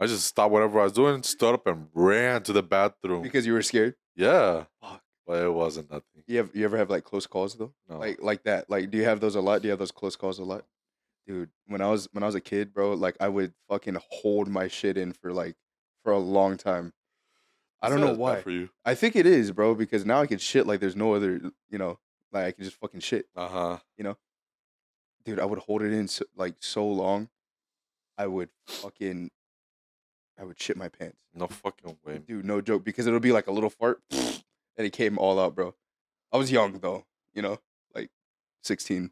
S2: I just stopped whatever I was doing, stood up, and ran to the bathroom.
S1: because you were scared.
S2: yeah,
S1: Fuck.
S2: but it wasn't nothing.
S1: You have you ever have like close calls though?
S2: No,
S1: Like like that. Like do you have those a lot? Do you have those close calls a lot? Dude, when I was when I was a kid, bro, like I would fucking hold my shit in for like for a long time. I don't
S2: It's not
S1: know
S2: as bad
S1: why.
S2: For you,
S1: I think it is, bro, because now I can shit like there's no other, you know, like I can just fucking shit.
S2: uh huh.
S1: dude, I would hold it in so, like so long, I would fucking, I would shit my pants,
S2: No fucking way.
S1: dude. No joke, because it'll be like a little fart, and it came all out, bro. I was young though, you know, like sixteen.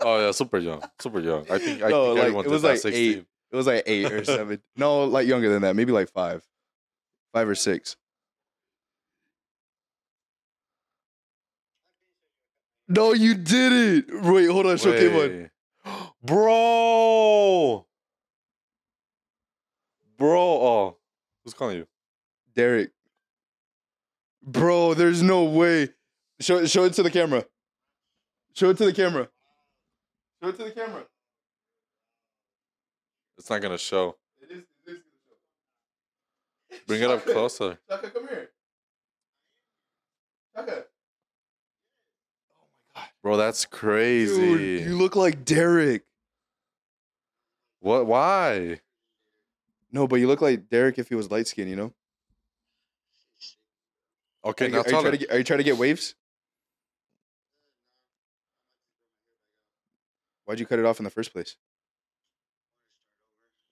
S2: Oh yeah, super young, super young. I think I
S1: No,
S2: think
S1: like,
S2: everyone
S1: it
S2: did
S1: was
S2: that
S1: like
S2: at sixteen.
S1: It was like eight or seven. No, like younger than that, maybe like five, five or six. No, you didn't. Wait, hold on, show K one.
S2: Wait. bro, bro. Oh, who's calling you?
S1: Derek. Bro, there's no way. Show show it to the camera. Show it to the camera. Show it to the camera.
S2: It's not gonna show.
S1: It is, it is gonna show.
S2: Bring it up
S1: Shaka,
S2: closer.
S1: Shaka, come here. Shaka.
S2: Bro, that's crazy.
S1: Dude, you look like Derek.
S2: what? Why?
S1: No, but you look like Derek if he was light skinned, you know?
S2: Okay,
S1: are, you,
S2: now
S1: are you
S2: tell
S1: trying to
S2: him.
S1: get, are you trying to get waves? Why'd you cut it off in the first place?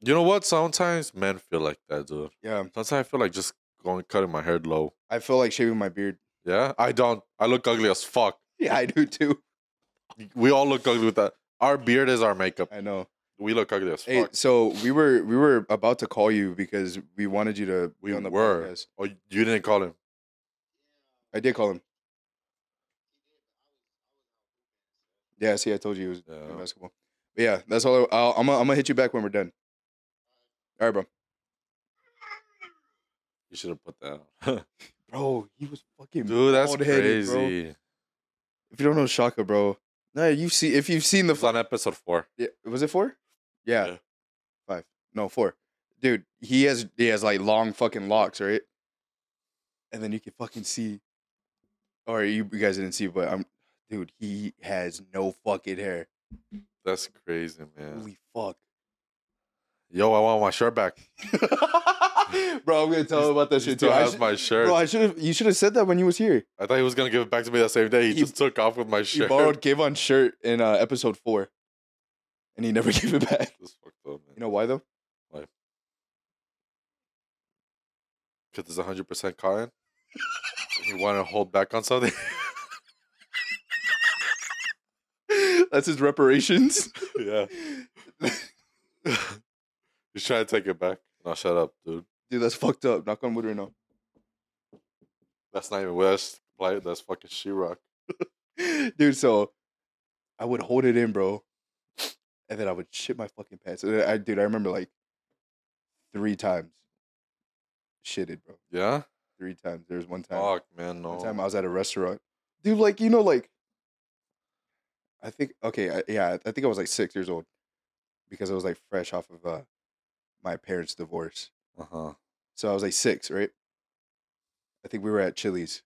S2: You know what? Sometimes men feel like that, dude.
S1: Yeah,
S2: Sometimes I feel like just going cutting my hair low.
S1: I feel like shaving my beard.
S2: Yeah, I don't. I look ugly as fuck.
S1: Yeah, I do too.
S2: We all look ugly with that. Our beard is our makeup.
S1: I know.
S2: We look ugly as fuck.
S1: Hey, so we were we were about to call you because we wanted you to
S2: we
S1: be on the
S2: were.
S1: podcast.
S2: Oh, you didn't call him.
S1: I did call him. Yeah, see, I told you it was in
S2: Yeah.
S1: basketball. But yeah, that's all. I, I'll, I'm gonna I'm gonna hit you back when we're done. All right, bro.
S2: You should have put that. out.
S1: Bro, he was fucking
S2: Dude, that's
S1: bald-headed, bro.
S2: crazy.
S1: If you don't know Shaka, bro, no, you see if you've seen the
S2: It's on episode four.
S1: Yeah, was it four? Yeah.
S2: Yeah.
S1: Five. No, four. Dude, he has he has like long fucking locks, right? And then you can fucking see or you, you guys didn't see, but I'm dude, he has no fucking hair.
S2: That's crazy, man.
S1: Holy fuck.
S2: Yo, I want my shirt back.
S1: bro, I'm gonna tell him about that
S2: He
S1: shit
S2: still
S1: too. I
S2: has
S1: should-
S2: my shirt.
S1: bro, I should have you should have said that when you was here.
S2: I thought he was gonna give it back to me that same day. He,
S1: He-
S2: just took off with my
S1: He
S2: shirt.
S1: borrowed Kayvon's shirt in uh, episode four. And he never gave it back.
S2: That's fucked up, man.
S1: You know why though?
S2: because it's 100 percent cotton. he wanted to hold back on something.
S1: That's his reparations.
S2: yeah, he's trying to take it back. No, shut up, dude.
S1: Dude, that's fucked up. Knock on wood right now.
S2: That's not even West. Like, that's fucking she rock.
S1: dude. So I would hold it in, bro, and then I would shit my fucking pants. And I, dude, I remember like three times shitted, bro.
S2: Yeah.
S1: Three times. There was one time.
S2: Fuck, man. No.
S1: One time I was at a restaurant, dude. Like you know, like I think okay, I, yeah, I think I was like six years old because I was like fresh off of uh, my parents' divorce.
S2: Uh huh.
S1: So I was like six, right? I think we were at Chili's.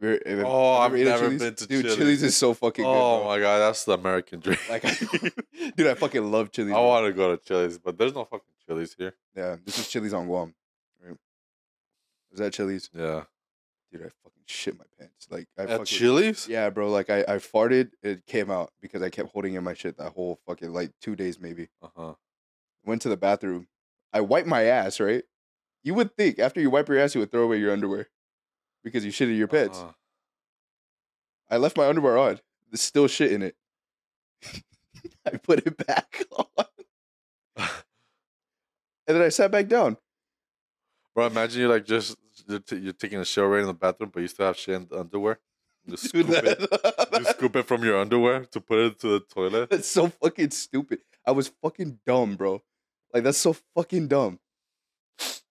S1: We were- have you
S2: Oh, I've
S1: ever ate at
S2: never
S1: Chili's?
S2: been to
S1: dude.
S2: Chili's.
S1: Chili's is so fucking good.
S2: Oh
S1: bro.
S2: my god, that's the American dream.
S1: Like, I, dude, I fucking love Chili's.
S2: I
S1: bro.
S2: want to go to Chili's, but there's no fucking Chili's here.
S1: yeah, this is Chili's on Guam. Right? Is that Chili's?
S2: Yeah.
S1: Dude, I fucking shit my pants. Like, I
S2: At
S1: fucking
S2: Chili's?
S1: yeah, bro. Like, I, I farted. It came out because I kept holding in my shit that whole fucking like two days maybe.
S2: Uh huh.
S1: Went to the bathroom. I wiped my ass. Right? You would think after you wipe your ass, you would throw away your underwear because you shitted your pants.
S2: Uh-huh.
S1: I left my underwear on. There's still shit in it. I put it back on. and then I sat back down.
S2: Bro, imagine you're like just you're, t- you're taking a shower right in the bathroom, but you still have shit in the underwear. You
S1: Dude,
S2: scoop, it,
S1: that-
S2: you scoop it from your underwear to put it to the toilet.
S1: that's so fucking stupid. I was fucking dumb, bro. Like that's so fucking dumb.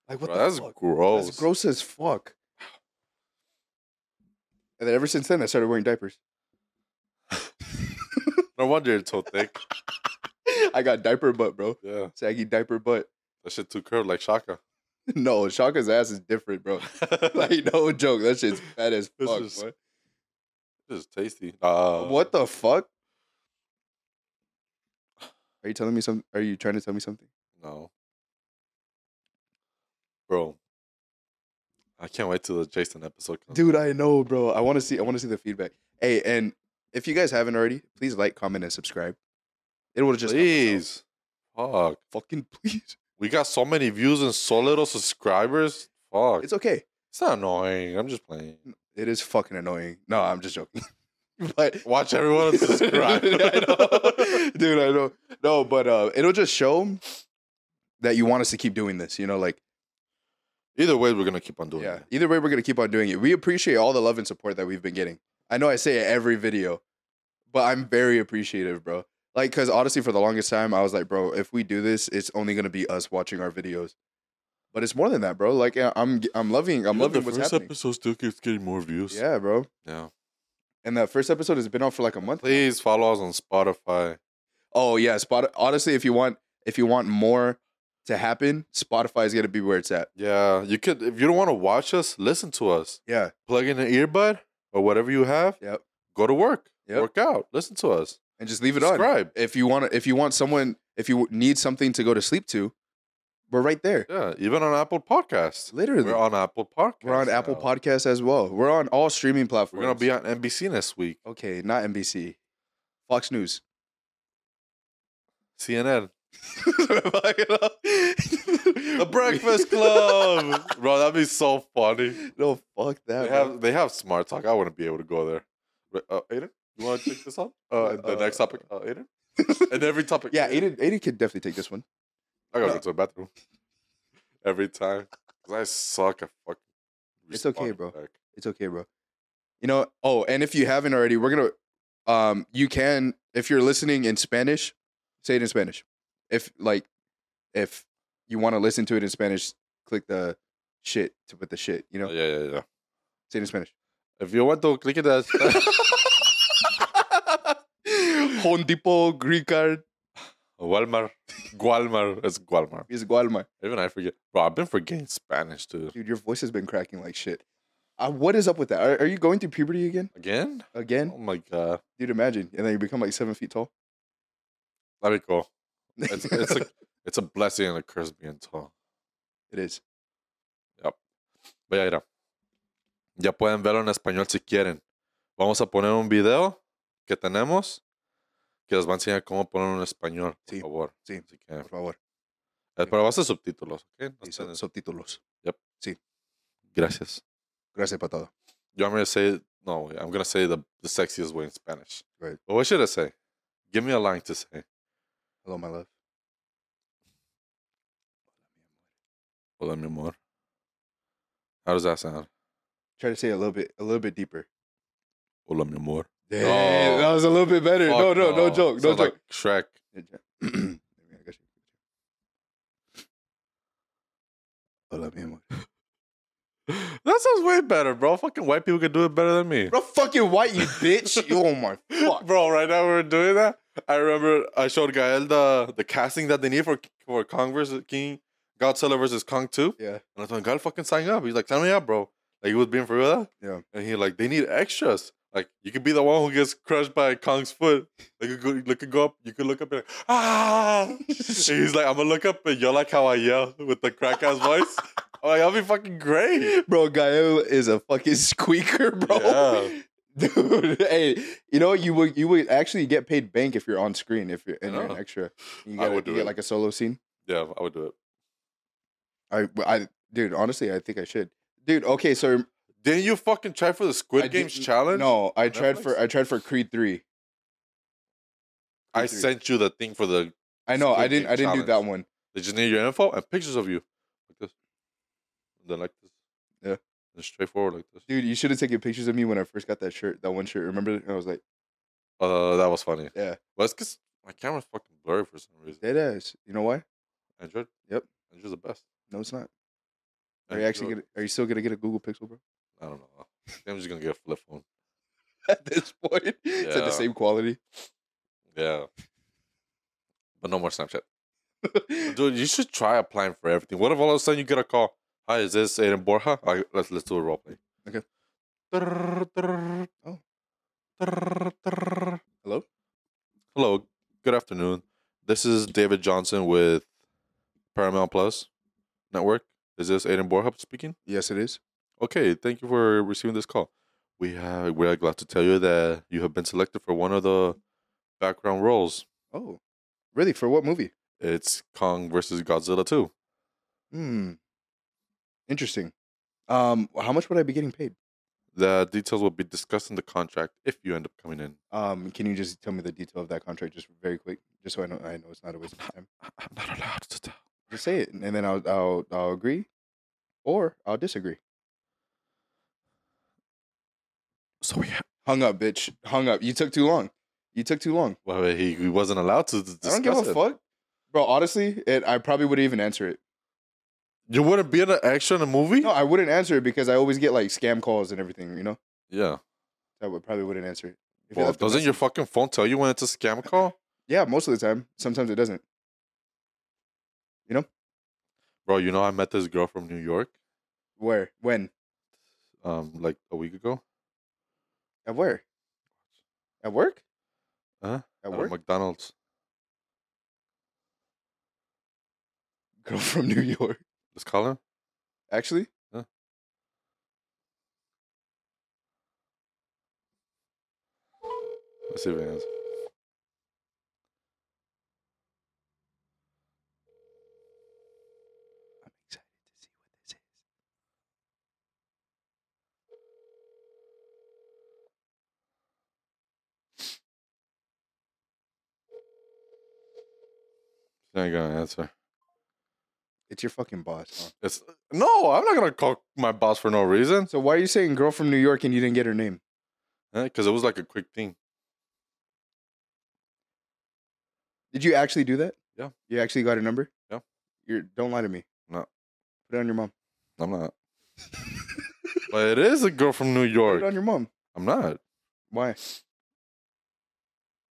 S1: Like what
S2: Bro,
S1: the
S2: that's
S1: fuck?
S2: gross.
S1: That's gross as fuck. And then ever since then, I started wearing diapers.
S2: No wonder it's so thick.
S1: I got diaper butt, bro.
S2: yeah,
S1: Saggy diaper butt.
S2: that shit too curved like Shaka.
S1: No, Shaka's ass is different, bro. like no joke, that shit's fat as
S2: This
S1: fuck.
S2: is-
S1: boy.
S2: This is tasty. Uh,
S1: what the fuck? Are you telling me some? Are you trying to tell me something?
S2: No, bro. I can't wait till the Jason episode comes.
S1: Dude, I know, bro. I want to see. I want to see the feedback. Hey, and if you guys haven't already, please like, comment, and subscribe. It would just helped us out.
S2: please, fuck.
S1: fucking please.
S2: We got so many views and so little subscribers. Fuck,
S1: It's okay.
S2: it's not annoying. I'm just playing.
S1: It is fucking annoying. No, I'm just joking. but
S2: Watch everyone subscribe.
S1: I know. dude. I know. No, but uh, it'll just show that you want us to keep doing this. You know, like
S2: Either way, we're gonna keep on doing
S1: yeah.
S2: it.
S1: Either way, we're gonna keep on doing it. We appreciate all the love and support that we've been getting. I know I say it every video, but I'm very appreciative, bro. Like, cause honestly, for the longest time, I was like, bro, if we do this, it's only gonna be us watching our videos. But it's more than that, bro. Like, I- I'm I'm loving I'm loving what's happening.
S2: episode still keeps getting more views.
S1: Yeah, bro.
S2: yeah.
S1: And that first episode has been out for like a month.
S2: Please follow us on Spotify.
S1: Oh yeah, Spot. Honestly, if you want if you want more to happen, Spotify is gonna be where it's at.
S2: Yeah, you could if you don't want to watch us, listen to us.
S1: Yeah,
S2: Plug in an earbud or whatever you have.
S1: Yep.
S2: Go to work.
S1: Yep.
S2: Work out. Listen to us.
S1: and just leave it on.
S2: Subscribe.
S1: If you want if you want someone if you need something to go to sleep to, we're right there.
S2: Yeah, even on Apple Podcasts.
S1: Literally.
S2: We're on Apple Podcasts.
S1: We're on Apple
S2: now.
S1: Podcasts as well. We're on all streaming
S2: We're
S1: platforms.
S2: gonna be on NBC next week.
S1: okay, not NBC, Fox News.
S2: CNN.
S1: the
S2: The Breakfast Club. Bro, that'd be so funny.
S1: no, fuck that.
S2: They
S1: bro.
S2: have they have smart talk. I wouldn't be able to go there. But, Uh, Aiden, you want to take this on? Uh, the
S1: Uh,
S2: next topic, uh, Aiden. And every topic.
S1: Yeah, Aiden, Aiden could definitely take this one.
S2: I gotta go to the bathroom every time. 'Cause I suck at fucking.
S1: It's okay,
S2: responding
S1: bro.
S2: back.
S1: It's okay, bro. You know, oh, and if you haven't already, we're gonna um you can if you're listening in Spanish, say it in Spanish. If like if you want to listen to it in Spanish, click the shit to put the shit, you know?
S2: Oh, Yeah, yeah, yeah.
S1: Say it in Spanish.
S2: If you want to click it, that's
S1: Home Depot, green card
S2: Oh, Walmart. Gualmar. It's Gualmar.
S1: is Gualma.
S2: Even I forget. Bro, I've been forgetting Spanish too.
S1: Dude, your voice has been cracking like shit. Uh, what is up with that? Are, are you going through puberty again?
S2: Again?
S1: Again?
S2: Oh my god.
S1: Dude, imagine. And then you become like seven feet tall.
S2: Let it go. It's, it's a it's a blessing and a curse being tall.
S1: it is.
S2: Voy a ir a- Ya pueden verlo en español si quieren. Vamos a poner un video que tenemos que les va a enseñar cómo ponerlo en español, por
S1: Sí,
S2: favor.
S1: sí.
S2: Si quieren.
S1: Por favor.
S2: Eh, Pero va a ser subtítulos, ¿ok? No
S1: Sí,
S2: estén-
S1: sub- subtítulos.
S2: Gracias.
S1: Gracias para todo.
S2: You want me to say it? No, wait, I'm going to say the, the sexiest way in Spanish.
S1: Right.
S2: But what should I say? Give me a line to say.
S1: Hello, my love.
S2: Hola, mi amor. How does that sound?
S1: Try to say it a little bit, a little bit deeper.
S2: Hola, mi amor.
S1: Damn,
S2: No.
S1: that was a little bit better. No,
S2: Oh. Fuck
S1: no, no joke, no joke.
S2: Sounds like Shrek.
S1: Hola, mi amor.
S2: That sounds way better, bro. Fucking white people can do it better than me.
S1: Bro, fucking white, you bitch. You- oh my fuck.
S2: Bro, right now we're doing that. I remember I showed Gael the, the casting that they need for for Kong versus King, Godzilla versus Kong 2.
S1: Yeah.
S2: And I told him, Gael, fucking sign up. He's like, sign me up, bro. Like, he was being for real. with that.
S1: Yeah.
S2: And he like, they need extras. Like, you could be the one who gets crushed by Kong's foot. Like, you could, you could go up, you could look up and like, ah. And he's like, I'm going to look up and you'll like how I yell with the crack ass voice. I'm like, I'll be fucking great.
S1: Bro, Gael is a fucking squeaker, bro.
S2: Yeah.
S1: Dude, hey, you know you would you would actually get paid bank if you're on screen if you're and you're an
S2: Yeah.
S1: extra. You
S2: I
S1: get,
S2: would
S1: you
S2: do
S1: get
S2: it.
S1: like a solo scene.
S2: Yeah, I would do it.
S1: I, I, dude, honestly, I think I should. Dude, okay, so
S2: Didn't you fucking try for the Squid
S1: I
S2: Games
S1: didn't-
S2: challenge?
S1: No, I tried for
S2: Netflix?
S1: I tried for Creed three.
S2: I
S1: Creed three.
S2: sent you the thing for the.
S1: I know I
S2: Squid
S1: didn't
S2: Game
S1: I didn't do that
S2: challenge.
S1: one.
S2: They just need your info and pictures of you, like this. And then like this.
S1: Yeah.
S2: And straightforward like this.
S1: Dude, you should have taken pictures of me when I first got that shirt, that one shirt. Remember? I was like,
S2: Uh, that was funny.
S1: Yeah.
S2: Well, it's because my camera's fucking blurry for some reason.
S1: dead ass. You know why?
S2: Android.
S1: Yep.
S2: Android's the best.
S1: No, it's not. Are you actually
S2: Android-
S1: gonna are you still gonna get a Google Pixel, bro?
S2: I don't know. I think I'm just gonna get a flip phone.
S1: At this point. It's at
S2: Yeah.
S1: the same quality.
S2: Yeah. But no more Snapchat. Dude, you should try applying for everything. What if all of a sudden you get a call? Hi, is this Aiden Borja? All right, let's let's do a role play.
S1: Okay. Oh.
S2: Hello.
S1: Hello?
S2: Hello. Good afternoon. This is David Johnson with Paramount Plus Network. Is this Aiden Borja speaking?
S1: Yes, it is.
S2: Okay, thank you for receiving this call. We have we are glad to tell you that you have been selected for one of the background roles.
S1: Oh. Really? For what movie?
S2: It's Kong versus Godzilla 2.
S1: Hmm. Interesting. Um, how much would I be getting paid?
S2: The details will be discussed in the contract if you end up coming in.
S1: Um, can you just tell me the detail of that contract just very quick? Just so I know I know it's not a waste of time.
S2: I- I'm not allowed to tell.
S1: Just say it, and then I'll I'll, I'll agree, or I'll disagree.
S2: So yeah.
S1: Hung up, bitch. Hung up. You took too long. You took too long.
S2: Well, he, he wasn't allowed to d- discuss
S1: I don't give a
S2: it.
S1: fuck, bro. Honestly, it, I probably wouldn't even answer it.
S2: You wouldn't be an extra in a movie?
S1: No, I wouldn't answer it because I always get like scam calls and everything. You know,
S2: yeah.
S1: I would probably wouldn't answer it. If you
S2: Well,
S1: left a
S2: doesn't your
S1: message-
S2: fucking phone tell you when it's a scam call?
S1: yeah? Most of the time, sometimes it doesn't.
S2: Bro, you know I met this girl from New York
S1: Where? When?
S2: um like a week ago
S1: At where? At work?
S2: Huh?
S1: At
S2: at
S1: work?
S2: McDonald's.
S1: Girl from New York.
S2: Let's call him.
S1: Actually,
S2: Let's see if he answers.
S1: I'm excited to see what this is.
S2: She ain't gonna answer.
S1: It's your fucking boss.
S2: It's no, I'm not gonna call my boss for no reason.
S1: So why are you saying girl from New York and you didn't get her name?
S2: Because it was like a quick thing.
S1: Did you actually do that?
S2: Yeah.
S1: You actually got a number?
S2: Yeah.
S1: You're don't lie to me.
S2: No.
S1: Put it on your mom.
S2: I'm not. but it is a girl from New
S1: Put it
S2: York.
S1: on your mom.
S2: I'm not.
S1: Why?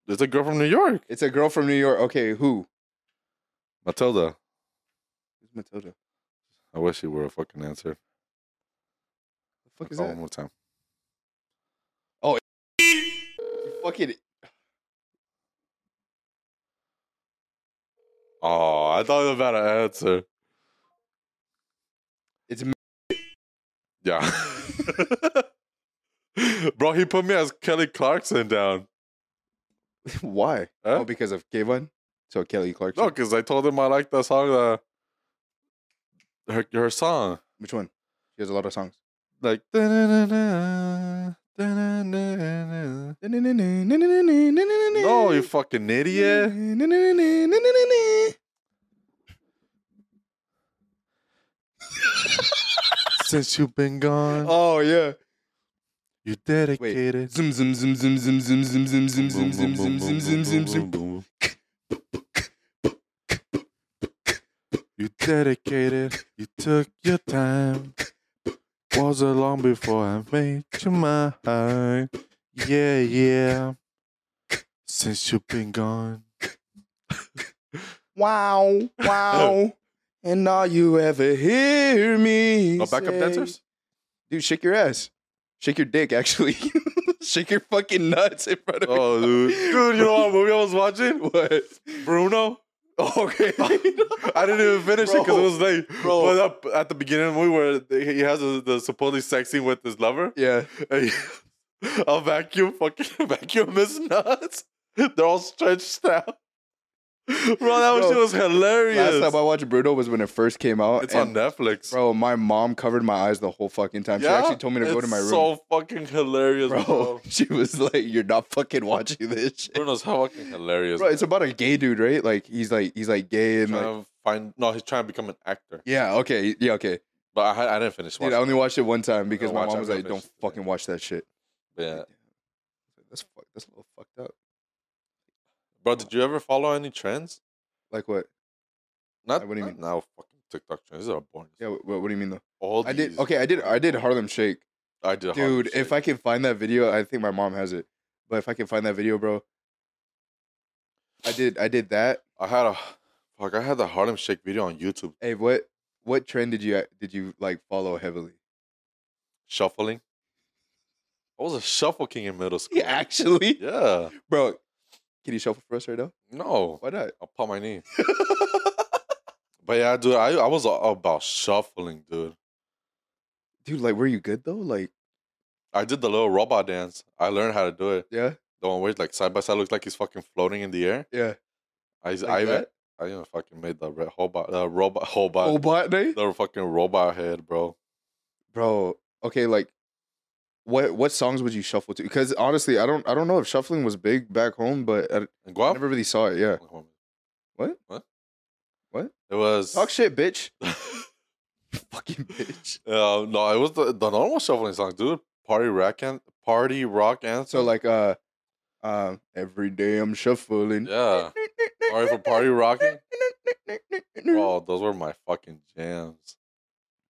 S2: It's a girl from New York.
S1: It's a girl from New York. Okay, who?
S2: Matilda.
S1: It's Matilda. The
S2: I wish she were a fucking answer.
S1: fuck is
S2: Call
S1: that?
S2: One more time.
S1: Fucking
S2: Oh, I thought about an answer.
S1: it's m-
S2: Yeah. Bro, he put me as Kelly Clarkson down.
S1: why?
S2: Huh?
S1: Oh, because of Kayvon? So Kelly Clarkson.
S2: No, because I told him I liked that song. That her, her song,
S1: Which one? She has a lot of songs.
S2: like. "Da-na-na-na, da-na-na-na." No,
S1: No,
S2: you fucking idiot. Since you've been gone,
S1: Oh yeah.
S2: you dedicated.
S1: Zoom zoom zoom zoom zoom zoom zoom zoom zoom zoom zoom zoom zoom zoom zoom zoom.
S2: You dedicated, you took your time. Was along before I made you mine. Yeah, yeah. Since you've been gone.
S1: Wow, wow. and all you ever hear me.
S2: Oh, backup
S1: say-
S2: dancers?
S1: Dude, shake your ass. Shake your dick, actually. shake your fucking nuts in front of me.
S2: Oh, dude. Dude, you know what movie I was watching? What? Bruno.
S1: Okay.
S2: I didn't even finish it because it
S1: Bro,
S2: was late.
S1: bro.
S2: But up at the beginning of the movie where they- he has the, the supposedly sex scene with his lover,
S1: yeah.
S2: and he- a vacuum fucking vacuum his nuts. They're all stretched out. Bro, that
S1: Bro,
S2: shit was hilarious.
S1: Last time I watched Bruno was when it first came out.
S2: it's
S1: and,
S2: on Netflix.
S1: Bro, my mom covered my eyes the whole fucking time.
S2: Yeah?
S1: she actually told me to go to
S2: It's
S1: my room.
S2: So fucking hilarious, bro.
S1: bro, she was like, "You're not fucking watching this shit."
S2: Bruno's how fucking hilarious.
S1: Bro, it's
S2: man.
S1: about a gay dude, right? Like he's like he's like gay and like
S2: trying to find. No, he's trying to become an actor.
S1: yeah, okay, yeah, okay.
S2: But I, had- I didn't finish
S1: Dude,
S2: watching.
S1: I only watched it one time because
S2: don't
S1: my
S2: watch
S1: mom was
S2: that
S1: like, "Don't
S2: bitch.
S1: fucking watch that shit."
S2: yeah.
S1: That's fuck. That's a little fucked up.
S2: Bro, did you ever follow any trends?
S1: Like what?
S2: Not,
S1: what do you
S2: not
S1: mean?
S2: now fucking TikTok trends. These are boring.
S1: Yeah. What, what do you mean though?
S2: All
S1: I did.
S2: these-
S1: Okay, I did. I did Harlem Shake,
S2: I did.
S1: dude. If I can find that video, I think my mom has it. But if I can find that video, bro, I did. I did that.
S2: I had a fuck, I had the Harlem Shake video on YouTube.
S1: Hey, what what trend did you did you like follow heavily?
S2: Shuffling. I was a shuffle king in middle school.
S1: actually,
S2: Yeah.
S1: bro, can you shuffle for us right now?
S2: No.
S1: Why not?
S2: I'll pop my knee. but yeah, dude, I, I was all about shuffling, dude.
S1: Dude, like, were you good though? Like,
S2: I did the little robot dance. I learned how to do it.
S1: yeah,
S2: The one where it's like side by side looks like he's fucking floating in the air.
S1: yeah.
S2: I
S1: Like
S2: I even
S1: that?
S2: I even fucking made the red robot the robot robot
S1: Obot day,
S2: the fucking robot head, bro.
S1: bro. Okay, like, what what songs would you shuffle to? Because honestly, I don't I don't know if shuffling was big back home, but I,
S2: And
S1: I
S2: Guam?
S1: never really saw it. Yeah, What?
S2: What?
S1: What?
S2: It was
S1: talk shit, bitch.
S2: uh,
S1: Fucking bitch.
S2: Um, no, it was the, the normal shuffling song, dude. Party rock and party rock anthem.
S1: So like, uh, uh, every day I'm shuffling.
S2: yeah, sorry for party rocking.
S1: Oh.
S2: Bro, those were my fucking jams,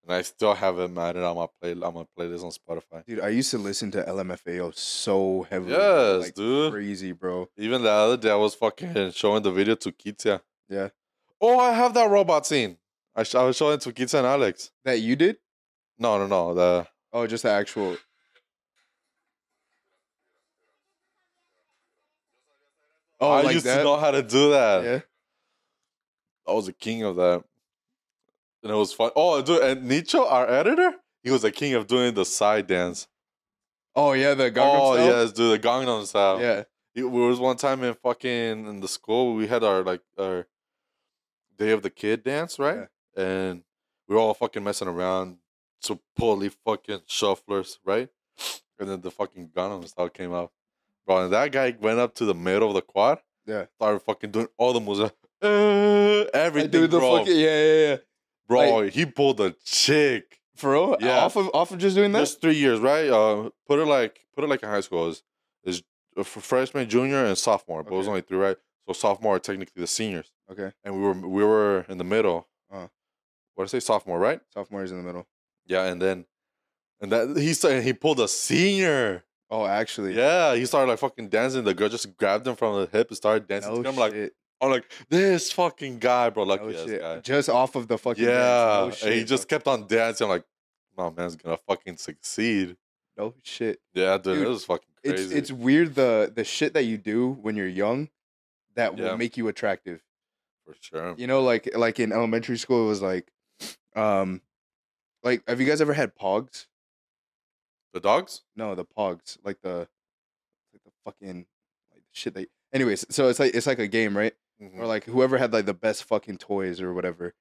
S2: and I still have it mounted on my play on my playlist on Spotify.
S1: Dude, I used to listen to LMFAO so heavily. bro,
S2: Yes,
S1: like,
S2: dude.
S1: Crazy, bro.
S2: Even the other day, I was fucking showing the video to Kitya.
S1: Yeah.
S2: Oh, I have that robot scene. I, sh- I was showing it to Kitya and Alex.
S1: That you did?
S2: No, no, no. The
S1: Oh, just the actual. Oh,
S2: I
S1: like
S2: used
S1: that?
S2: to know how to do that.
S1: Yeah.
S2: I was a king of that. And it was fun. Oh, dude, and Nicho, our editor, he was a king of doing the side dance.
S1: Oh yeah, the Gangnam
S2: oh,
S1: Style?
S2: yes, dude, the Gangnam Style.
S1: Yeah.
S2: He- we was one time in fucking in the school. We had our like our Day of the Kid dance, right? And we were all fucking messing around, supposedly fucking shufflers, right? And then the fucking Gangnam Style came up, bro. And that guy went up to the middle of the quad.
S1: Yeah.
S2: started fucking doing all the moves. uh, everything,
S1: Dude, the
S2: bro.
S1: fucking yeah, yeah, yeah.
S2: bro, he pulled a chick.
S1: For real?
S2: Yeah.
S1: Off of off of just doing that?
S2: That's three years, right? Uh, put it like put it like in high school is is uh, f- freshman, junior, and sophomore. But it was
S1: Okay.
S2: only three, right? So sophomore are technically the seniors,
S1: okay.
S2: and we were we were in the middle.
S1: Uh-huh.
S2: What did I say? Sophomore, right?
S1: Sophomore is in the middle.
S2: Yeah, and then and that he said he pulled a senior.
S1: Oh, actually.
S2: Yeah, he started like fucking dancing. The girl just grabbed him from the hip and started dancing.
S1: No
S2: to him. I'm like,
S1: shit.
S2: I'm like this fucking guy, bro. Lucky
S1: No
S2: ass
S1: shit.
S2: guy.
S1: Just off of the fucking
S2: Yeah,
S1: dance. No
S2: and
S1: shit,
S2: he just kept on dancing. I'm like, my man's gonna fucking succeed.
S1: bro. no shit.
S2: Yeah, dude,
S1: Dude,
S2: it was fucking
S1: It's
S2: crazy.
S1: it's weird the the shit that you do when you're young that
S2: Yeah.
S1: will make you attractive.
S2: for sure.
S1: You know, like like in elementary school it was like um like have you guys ever had pogs?
S2: The dogs?
S1: No, the pogs. Like the like the fucking like the shit that anyways, so it's like it's like a game, right? Or like whoever had like the best fucking toys or whatever,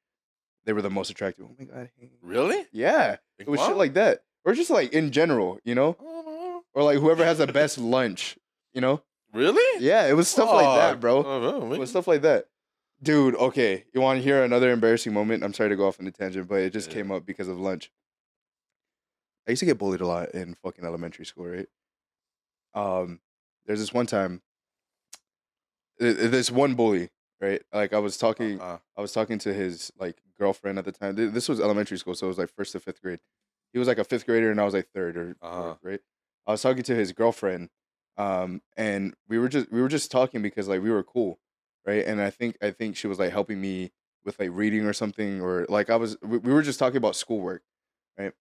S1: they were the most attractive. Oh my god. hey.
S2: Really?
S1: Yeah. It was shit like Oh. that. Or just like in general, you know?
S2: Uh,
S1: Or like whoever has the best lunch, you know?
S2: Really? oh,
S1: Yeah, it was stuff like that,
S2: Fuck.
S1: bro.
S2: I don't know,
S1: It
S2: man.
S1: was stuff like that. Dude, okay. You want to hear another embarrassing moment? I'm sorry to go off on a tangent, but it just
S2: Yeah.
S1: came up because of lunch. I used to get bullied a lot in fucking elementary school, right? Um, there's this one time, th- th- this one bully, right? Like I was talking,
S2: Uh,
S1: I was talking to his like girlfriend at the time. Th- This was elementary school, so it was like first to fifth grade. He was like a fifth grader, and I was like third or
S2: Uh-huh.
S1: fourth, right. I was talking to his girlfriend, um, and we were just we were just talking because like we were cool, right? And I think I think she was like helping me with like reading or something, or like I was we, we were just talking about schoolwork, right?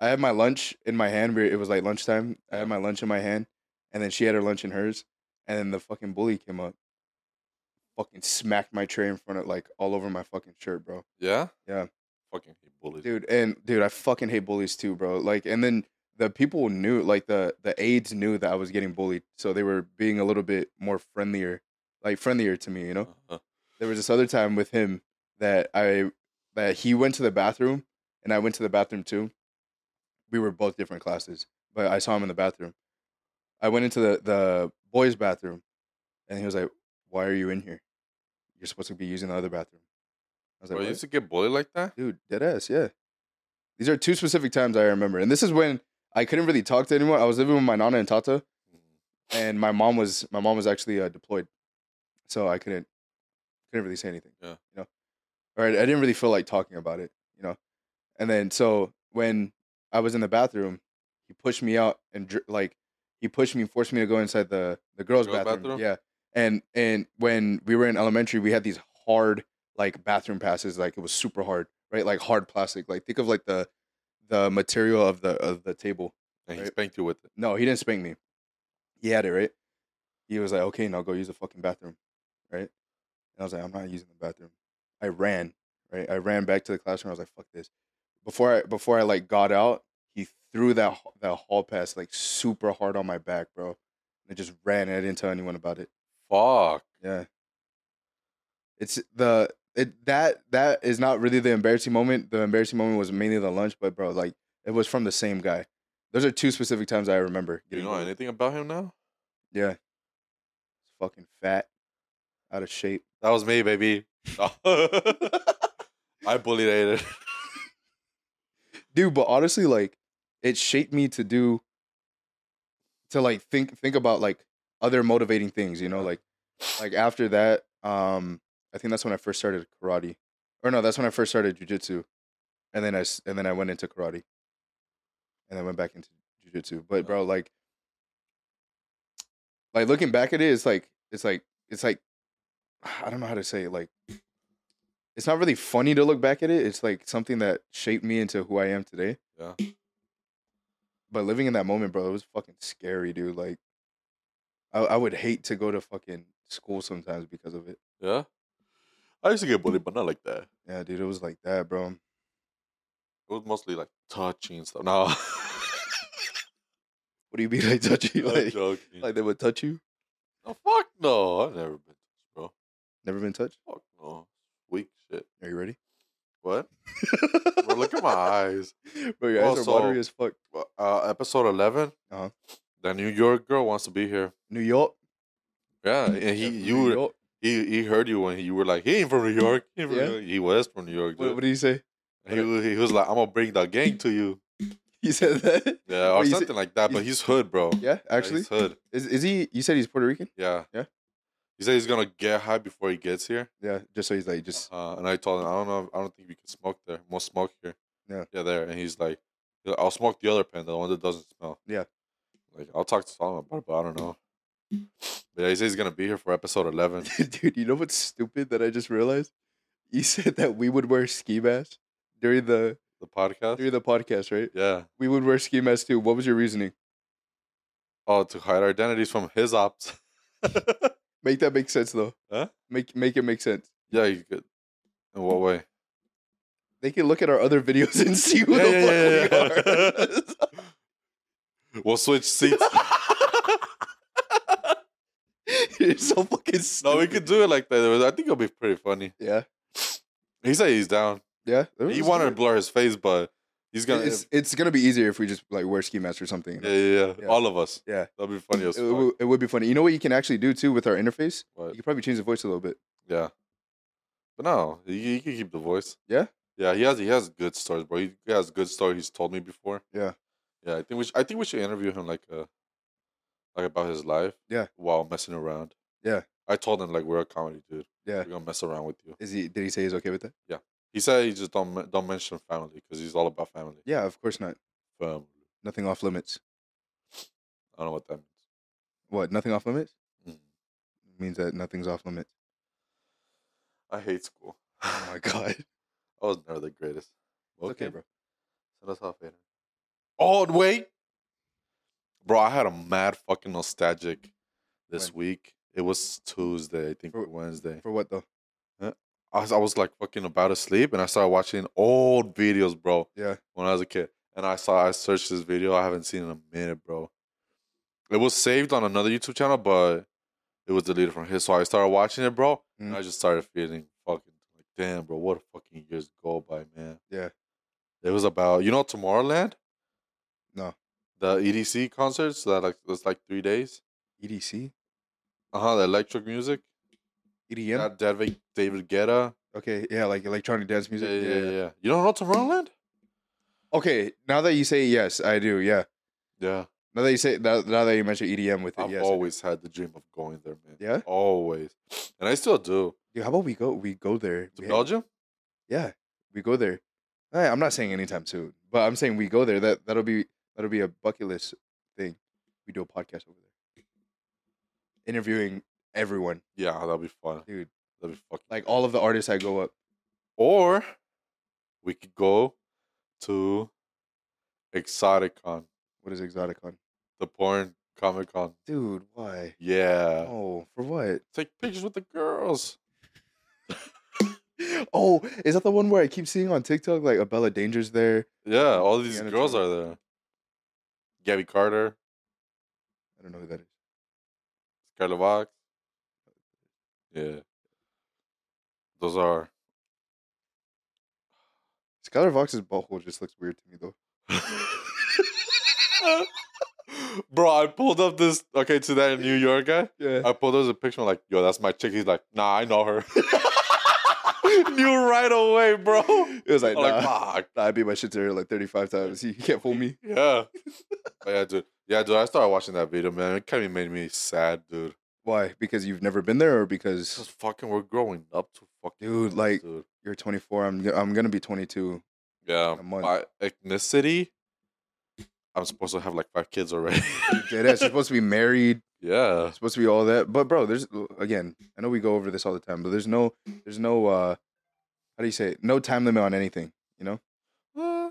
S1: I had my lunch in my hand. we- It was like lunchtime. I had my lunch in my hand, and then she had her lunch in hers, and then the fucking bully came up fucking smacked my tray in front of like all over my fucking shirt, bro.
S2: yeah?
S1: Yeah.
S2: Fucking hate bullies.
S1: Dude, and dude, I fucking hate bullies too, bro. Like, and then the people knew, like the the aides knew that I was getting bullied, so they were being a little bit more friendlier, like friendlier to me, you know.
S2: Uh-huh.
S1: There was this other time with him that I that he went to the bathroom and I went to the bathroom too. We were both different classes, but I saw him in the bathroom. I went into the the boys' bathroom, and he was like, "Why are you in here? You're supposed to be using the other bathroom." I was like,
S2: Bro, you
S1: "What?"
S2: used to get bullied like that?
S1: dude dead ass yeah these are two specific times i remember and this is when i couldn't really talk to anyone i was living with my nana and tata and my mom was my mom was actually uh, deployed so i couldn't couldn't really say anything
S2: Yeah.
S1: you know or I, I didn't really feel like talking about it you know and then so when i was in the bathroom he pushed me out and dr- like he pushed me forced me to go inside the the girls,
S2: Girls'
S1: bathroom
S2: bathroom?
S1: yeah and and when we were in elementary we had these hard like bathroom passes like it was super hard right like hard plastic like think of like the the material of the of the table
S2: And he
S1: Right.
S2: spanked you with it.
S1: no he didn't spank me he had it right he was like okay now go use the fucking bathroom right and i was like i'm not using the bathroom i ran right i ran back to the classroom i was like fuck this before i before i like got out he threw that h- that hall pass like super hard on my back bro and i just ran and i didn't tell anyone about it
S2: Fuck.
S1: yeah. It's the it that that is not really the embarrassing moment. The embarrassing moment was mainly the lunch, but bro, like it was from the same guy. Those are two specific times I remember.
S2: Do you
S1: getting
S2: know
S1: bullied.
S2: anything about him now?
S1: Yeah. Fucking fat, out of shape.
S2: That was me, baby. I bullied Aiden.
S1: dude but honestly like it shaped me to do to like think think about like other motivating things you know like like after that um i think that's when i first started karate or no that's when i first started jujitsu and then i s- and then i went into karate and then went back into jujitsu but bro like like looking back at it it's like it's like it's like i don't know how to say it like it's not really funny to look back at it. It's like something that shaped me into who I am today.
S2: Yeah.
S1: But living in that moment, bro, it was fucking scary, dude. Like, I, I would hate to go to fucking school sometimes because of it.
S2: Yeah? I used to get bullied, but not like that.
S1: Yeah, dude, it was like that, bro.
S2: It was mostly like touching and stuff. No.
S1: What do you mean, like touch you?
S2: I'm
S1: Like,
S2: joking.
S1: like they would touch you?
S2: no, fuck no. I've never been touched, bro.
S1: Never been touched?
S2: Fuck no. Weak shit.
S1: Are you ready?
S2: What? Bro, look at my eyes.
S1: Bro, your eyes are
S2: Also-
S1: watery as fuck.
S2: Uh, episode 11.
S1: Uh-huh.
S2: That New York girl wants to be here.
S1: New York.
S2: Yeah, and he
S1: Yeah,
S2: you
S1: New
S2: would
S1: York.
S2: He he heard you when you were like, he ain't from New York. He, ain't from
S1: Yeah.
S2: New York. he was from New York.
S1: What,
S2: dude.
S1: what did he say?
S2: he, was, he was like, I'm gonna bring the gang to you.
S1: He said that.
S2: Yeah, or
S1: Wait, you said-
S2: something like that.
S1: you
S2: But
S1: s-
S2: he's hood, bro. Yeah,
S1: Yeah, actually,
S2: he's hood.
S1: is is he? You said he's Puerto Rican.
S2: Yeah,
S1: Yeah.
S2: He said he's gonna get high before he gets here.
S1: Yeah, just so he's like just
S2: Uh, and I told him, I don't know, I don't think we can smoke there. We'll smoke here.
S1: Yeah.
S2: Yeah, there. And he's like, "Yeah, I'll smoke the other pen, the one that doesn't smell.
S1: Yeah.
S2: Like, I'll talk to Solomon about it, but I don't know. But yeah, he says he's going to be here for episode 11.
S1: Dude, you know what's stupid that I just realized? You said that we would wear ski masks during the
S2: The podcast?
S1: during the podcast, right?
S2: Yeah.
S1: We would wear ski masks too. What was your reasoning?
S2: Oh, to hide our identities from his ops.
S1: Make that make sense though.
S2: Huh?
S1: Make make it make sense.
S2: yeah, you could. In what way?
S1: They can look at our other videos and see who
S2: Yeah,
S1: the
S2: yeah,
S1: fuck
S2: yeah,
S1: we are.
S2: We'll switch seats.
S1: You're so fucking stupid.
S2: no, we could do it like that. I think it'll be pretty funny.
S1: Yeah.
S2: He said he's down.
S1: Yeah.
S2: He wanted to blur his face, but he's going
S1: it's, it's gonna be easier if we just like wear ski masks or something. you know?
S2: Yeah, yeah, yeah.
S1: Yeah.
S2: All of us.
S1: Yeah.
S2: That'd be funny as
S1: It,
S2: fuck.
S1: would- it would be funny. You know what you can actually do too with our interface?
S2: What?
S1: You could probably change the voice a little bit.
S2: Yeah. But no, he, he can keep the voice.
S1: Yeah?
S2: Yeah, he has he has good stories, bro. He has good stories he's told me before.
S1: Yeah.
S2: Yeah, I think we should, I think we should interview him like uh like about his life.
S1: Yeah.
S2: While messing around.
S1: Yeah.
S2: I told him like we're a comedy dude.
S1: Yeah.
S2: We're gonna mess around with you.
S1: Is he? Did he say he's okay with that?
S2: He said he just don't men- don't mention family because he's all about family.
S1: Yeah, of course not.
S2: Family.
S1: Nothing off limits.
S2: I don't know what that means.
S1: What? Nothing off limits
S2: Mm.
S1: means that nothing's off limits.
S2: I hate school.
S1: Oh my god.
S2: I was never the greatest.
S1: It's okay, bro.
S2: Send us off later. Oh wait, bro! I had a mad fucking nostalgic this
S1: When?
S2: week. It was Tuesday, I think,
S1: For-
S2: or Wednesday.
S1: For what though?
S2: I was, I was like fucking about to sleep, and I started watching old videos, bro.
S1: Yeah.
S2: When I was a kid, and I saw I searched this video I haven't seen in a minute, bro. It was saved on another YouTube channel, but it was deleted from his. So I started watching it, bro, and
S1: Mm.
S2: I just started feeling fucking like, damn, bro, what a fucking years go by, man.
S1: Yeah.
S2: It was about you know Tomorrowland.
S1: No.
S2: The EDC concerts that like was like three days.
S1: EDC?
S2: Uh huh. The electric music.
S1: EDM?
S2: Got David David Guetta.
S1: E Okay, yeah, like electronic dance
S2: Yeah,
S1: music.
S2: yeah, yeah, yeah. You don't know Tomorrowland?
S1: Okay, now that you say yes, I do. Yeah.
S2: Yeah.
S1: Now that you say now, now that you mention EDM with it,
S2: I've
S1: yes.
S2: always had the dream of going there, man.
S1: Yeah?
S2: Always, and I still do.
S1: Dude, how about we go? We go there.
S2: To
S1: We-
S2: Belgium?
S1: Yeah, we go there. Eh, I'm not saying anytime soon, but I'm saying we go there. That that'll be that'll be a bucket list thing. We do a podcast over there, interviewing everyone,
S2: Yeah, that'll be fun.
S1: dude.
S2: That'll be fucking.
S1: Like all of the artists I go up.
S2: Or we could go to Exoticon,
S1: What is Exoticon?
S2: the porn comic con.
S1: Dude, why?
S2: Yeah.
S1: Oh, for what?
S2: Take pictures with the girls.
S1: Oh, is that the one where I keep seeing on TikTok like Abella Danger's there?
S2: Yeah, all these
S1: Indiana
S2: girls
S1: Jones.
S2: are there. Gabby Carter,
S1: I don't know who that is.
S2: Scarlet Vox. Yeah. Those are.
S1: Skylar Vox's butthole just looks weird to me though.
S2: Bro, I pulled up this. Okay, to that New York guy.
S1: Yeah.
S2: I pulled up a picture. I'm like, yo, that's my chick. He's like, nah, I know her. Knew right away, bro.
S1: It was like,
S2: I'm
S1: nah,
S2: like, fuck.
S1: nah, I beat my shit to her like 35 times. You can't fool me.
S2: Yeah. But yeah, dude. Yeah, dude, I started watching that video, man. It kind of made me sad, dude.
S1: Why? Because you've never been there or
S2: Because
S1: because
S2: fucking, we're growing up to fucking.
S1: Dude,
S2: much,
S1: like-
S2: dude.
S1: you're 24? I'm, I'm going to be 22.
S2: Yeah,
S1: a month.
S2: by ethnicity, I'm supposed to have like five kids already.
S1: Dead ass. You're supposed to be married.
S2: yeah,
S1: supposed to be all that. But bro, there's again, I know we go over this all the time, but there's no there's no uh how do you say it? No time limit on anything, you know? Mm.
S2: Uh,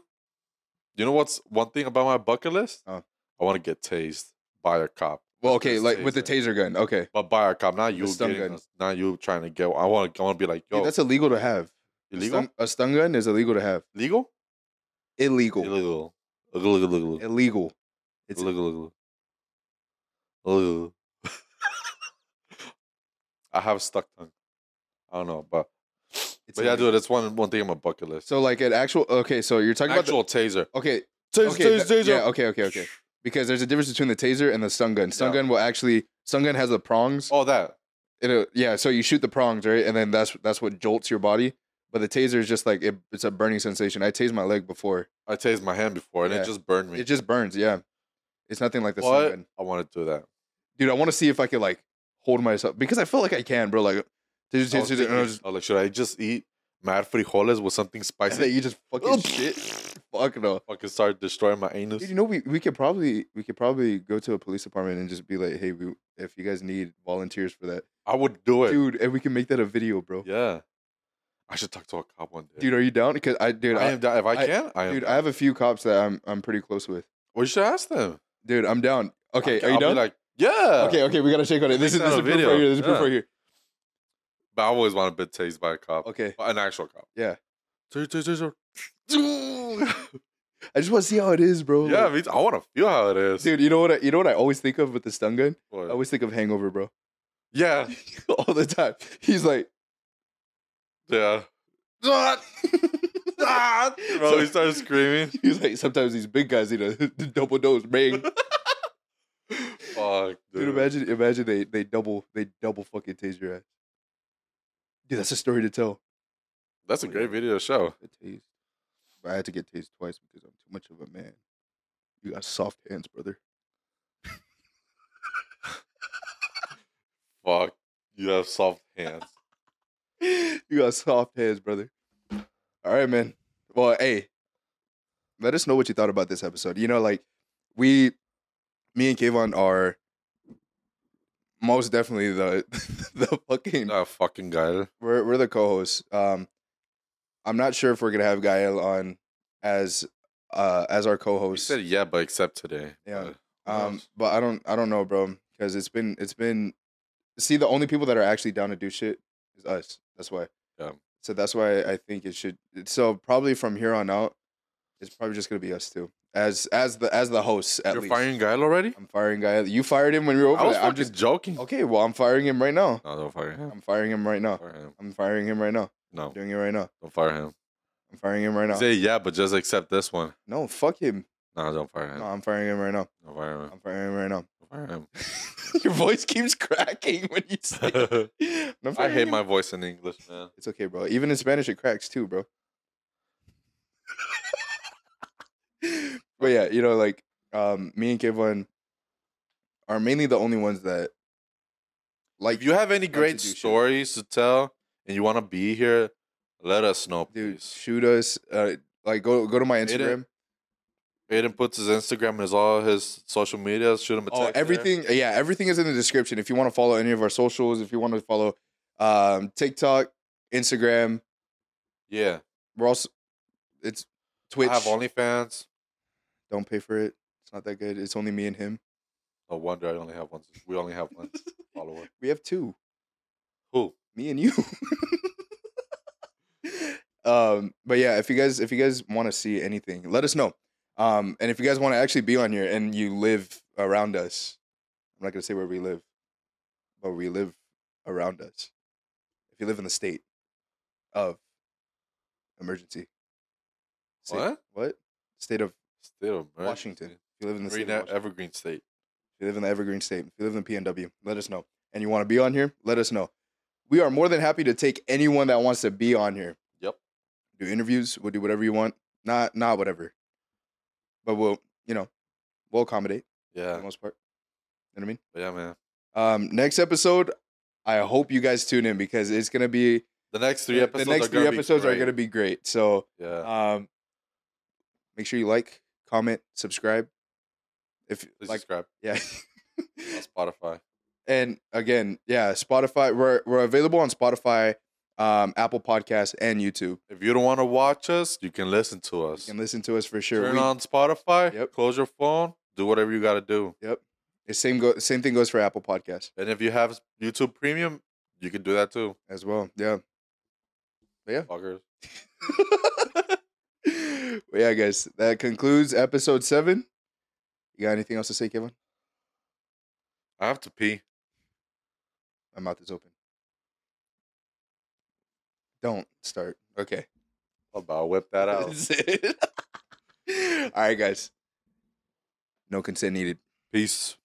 S2: you know what's one thing about my bucket list?
S1: Huh.
S2: I want to get tased by a cop,
S1: Uh. Well, okay,
S2: Just
S1: like with the
S2: taser.
S1: taser gun. Okay.
S2: but by a cop, not you.
S1: stun
S2: getting
S1: gun.
S2: us- not you trying to get. I want. to. I want to be like,
S1: Dude,
S2: yo,
S1: that's illegal to have. A
S2: illegal,
S1: stun- a stun gun is illegal to have.
S2: legal,
S1: Illegal. Illegal.
S2: illegal, illegal, illegal, illegal,
S1: It's
S2: illegal, illegal. illegal. I have stuck tongue. I don't know, but
S1: it's
S2: but yeah,
S1: illegal.
S2: dude, that's one one thing on my bucket list.
S1: So like an actual okay, so you're talking about the-
S2: actual taser.
S1: Okay.
S2: Taser,
S1: okay
S2: taser,
S1: th-
S2: taser.
S1: Yeah, okay, okay, okay. Because there's a difference between the taser and the stun gun. Stun
S2: Yeah. Oh.
S1: gun will actually stun gun has the prongs
S2: All that.
S1: It'll, yeah, so you shoot the prongs, right? And then that's that's what jolts your body. But the taser is just like it, it's a burning sensation. I tased my leg before.
S2: I tased my hand before and
S1: Yeah.
S2: it just burned me.
S1: It just burns, yeah. It's nothing like the
S2: What?
S1: sun.
S2: I want to do that.
S1: Dude, I want to see if I could like hold myself because I feel like I can, bro. Like taser,
S2: I was,
S1: taser, taser, and I
S2: thinking,
S1: was
S2: I was like, should I just eat mad frijoles with something
S1: I said
S2: spicy?
S1: you just fucking shit. Fuck no.
S2: Fucking start destroying my anus.
S1: Dude, you know we, we could probably we could probably go to a police department and just be like, hey, we if you guys need volunteers for that,
S2: I would do it.
S1: dude, and we can make that a video, bro.
S2: Yeah. I should talk to a cop one day.
S1: Dude, are you down? Because I dude,
S2: I
S1: I,
S2: am down. If I,
S1: I-
S2: can, I am.
S1: dude,
S2: down.
S1: I have a few cops that I'm I'm pretty close with.
S2: Well, you should ask them.
S1: Dude, I'm down. Okay,
S2: I-
S1: are you
S2: I'll be
S1: down?
S2: like, yeah.
S1: okay, okay, we gotta shake on it. This is
S2: Make
S1: this
S2: that a
S1: is proof
S2: video.
S1: right here. This is proof
S2: Yeah.
S1: right here.
S2: But I always want to be tased by a cop.
S1: Okay,
S2: An actual cop.
S1: Yeah.
S2: Taser, taser, taser.
S1: I just want to see how it is, bro.
S2: yeah, I,
S1: Like,
S2: mean, I want to feel how it is.
S1: dude, you know what? I, you know what I always think of with the stun gun?
S2: What?
S1: I always think of Hangover, bro,
S2: yeah.
S1: all the time. He's like,
S2: Yeah. Ah, Bro, he started screaming.
S1: he's like, sometimes these big guys need a double dose, bang.
S2: Fuck, dude.
S1: Dude, imagine, imagine they they double they double fucking tase your ass. Dude, that's a story to tell.
S2: That's a great video show.
S1: A tase, but I had to get tased twice because I'm too much of a man. You got soft hands, brother.
S2: Fuck. You have soft hands.
S1: you got soft hands, brother. All right, man. Well, hey, let us know what you thought about this episode. You know, like we, me and Kayvon are most definitely the the fucking
S2: Not a fucking guy.
S1: we're we're the co-hosts. Um, I'm not sure if we're gonna have Gael on as uh as our
S2: You
S1: co-host.
S2: said yeah, but except today. Uh,
S1: Yeah.
S2: But-
S1: Um, but I don't I don't know, bro, because it's been it's been. See, the only people that are actually down to do shit is us. That's why.
S2: Yeah.
S1: So that's why I think it should. So probably from here on out, it's probably just gonna be us two as as the as the hosts. At
S2: You're
S1: least
S2: firing Guile already?
S1: I'm firing Gael. You fired him when we were over
S2: I was
S1: there.
S2: fucking
S1: I'm just
S2: joking.
S1: okay. Well, I'm firing him right now.
S2: No, don't fire him.
S1: I'm firing him right now.
S2: Fire him.
S1: I'm firing him right now.
S2: No,
S1: I'm doing it right now.
S2: don't fire him.
S1: I'm firing him right now.
S2: Say yeah, but just accept this one.
S1: No, fuck him.
S2: No, don't fire him.
S1: No, I'm firing him right now.
S2: Don't fire him.
S1: I'm firing him right now.
S2: Don't fire him.
S1: Your voice keeps cracking when you say. it. No, I'm
S2: I
S1: firing
S2: hate
S1: him.
S2: my voice in English, man.
S1: It's okay, bro. Even in Spanish, it cracks too, bro. but yeah, you know, like um, me and Kevin are mainly the only ones that like
S2: If you have any
S1: to
S2: great
S1: do shit.
S2: stories to tell and you want to be here, let us know,
S1: dude.
S2: please.
S1: Shoot us. Uh, like go go to my
S2: Hit it.
S1: Instagram.
S2: Aiden puts his Instagram and his all his social media. Shoot him a text.
S1: Oh,
S2: there.
S1: everything. Yeah, everything is in the description. If you want to follow any of our socials, if you want to follow um, TikTok, Instagram,
S2: Yeah.
S1: we're also it's Twitch.
S2: I have OnlyFans.
S1: Don't pay for it. It's not that good. It's only me and him.
S2: No Oh, wonder I only have one. We only have one follower.
S1: We have two.
S2: Who?
S1: me and you. um, but yeah, if you guys if you guys want to see anything, let us know. Um, and if you guys want to actually be on here and you live around us, I'm not gonna say where we live, but we live around us. If you live in the state of emergency, State-
S2: What?
S1: What? State of
S2: Still, man.
S1: Washington. If you live in the state, of
S2: Green E-
S1: Washington,
S2: Evergreen State.
S1: if you live in the Evergreen State, if you live in the PNW, let us know. And you want to be on here, let us know. We are more than happy to take anyone that wants to be on here.
S2: Yep.
S1: Do interviews. We'll do whatever you want. Not not whatever. But we'll you know we'll accommodate for
S2: Yeah.
S1: the most part. You know what I mean?
S2: Yeah, man.
S1: Um, next episode, I hope you guys tune in because it's gonna be
S2: The next three
S1: the-
S2: episodes.
S1: The next
S2: are
S1: three
S2: gonna be
S1: episodes are
S2: great.
S1: gonna be great. So
S2: Yeah.
S1: um, make sure you like, comment, subscribe. If
S2: Please
S1: like
S2: subscribe
S1: yeah.
S2: on Spotify.
S1: and again, yeah, Spotify. We're we're available on Spotify, um, Apple Podcasts, and YouTube.
S2: If you don't want to watch us, you can listen to us.
S1: You can listen to us for sure.
S2: Turn
S1: We-
S2: on Spotify.
S1: Yep.
S2: Close your phone. Do whatever you got to do.
S1: the same go, same thing goes for Apple Podcasts
S2: And if you have YouTube Premium, you can do that too,
S1: as well. Yeah,
S2: fuckers.
S1: But yeah, guys. That concludes episode seven. You got anything else to say, Kevin?
S2: I have to pee.
S1: My mouth is open. Don't start. Okay.
S2: I'll about whip that out.
S1: That's it. All right, guys. No consent needed.
S2: Peace.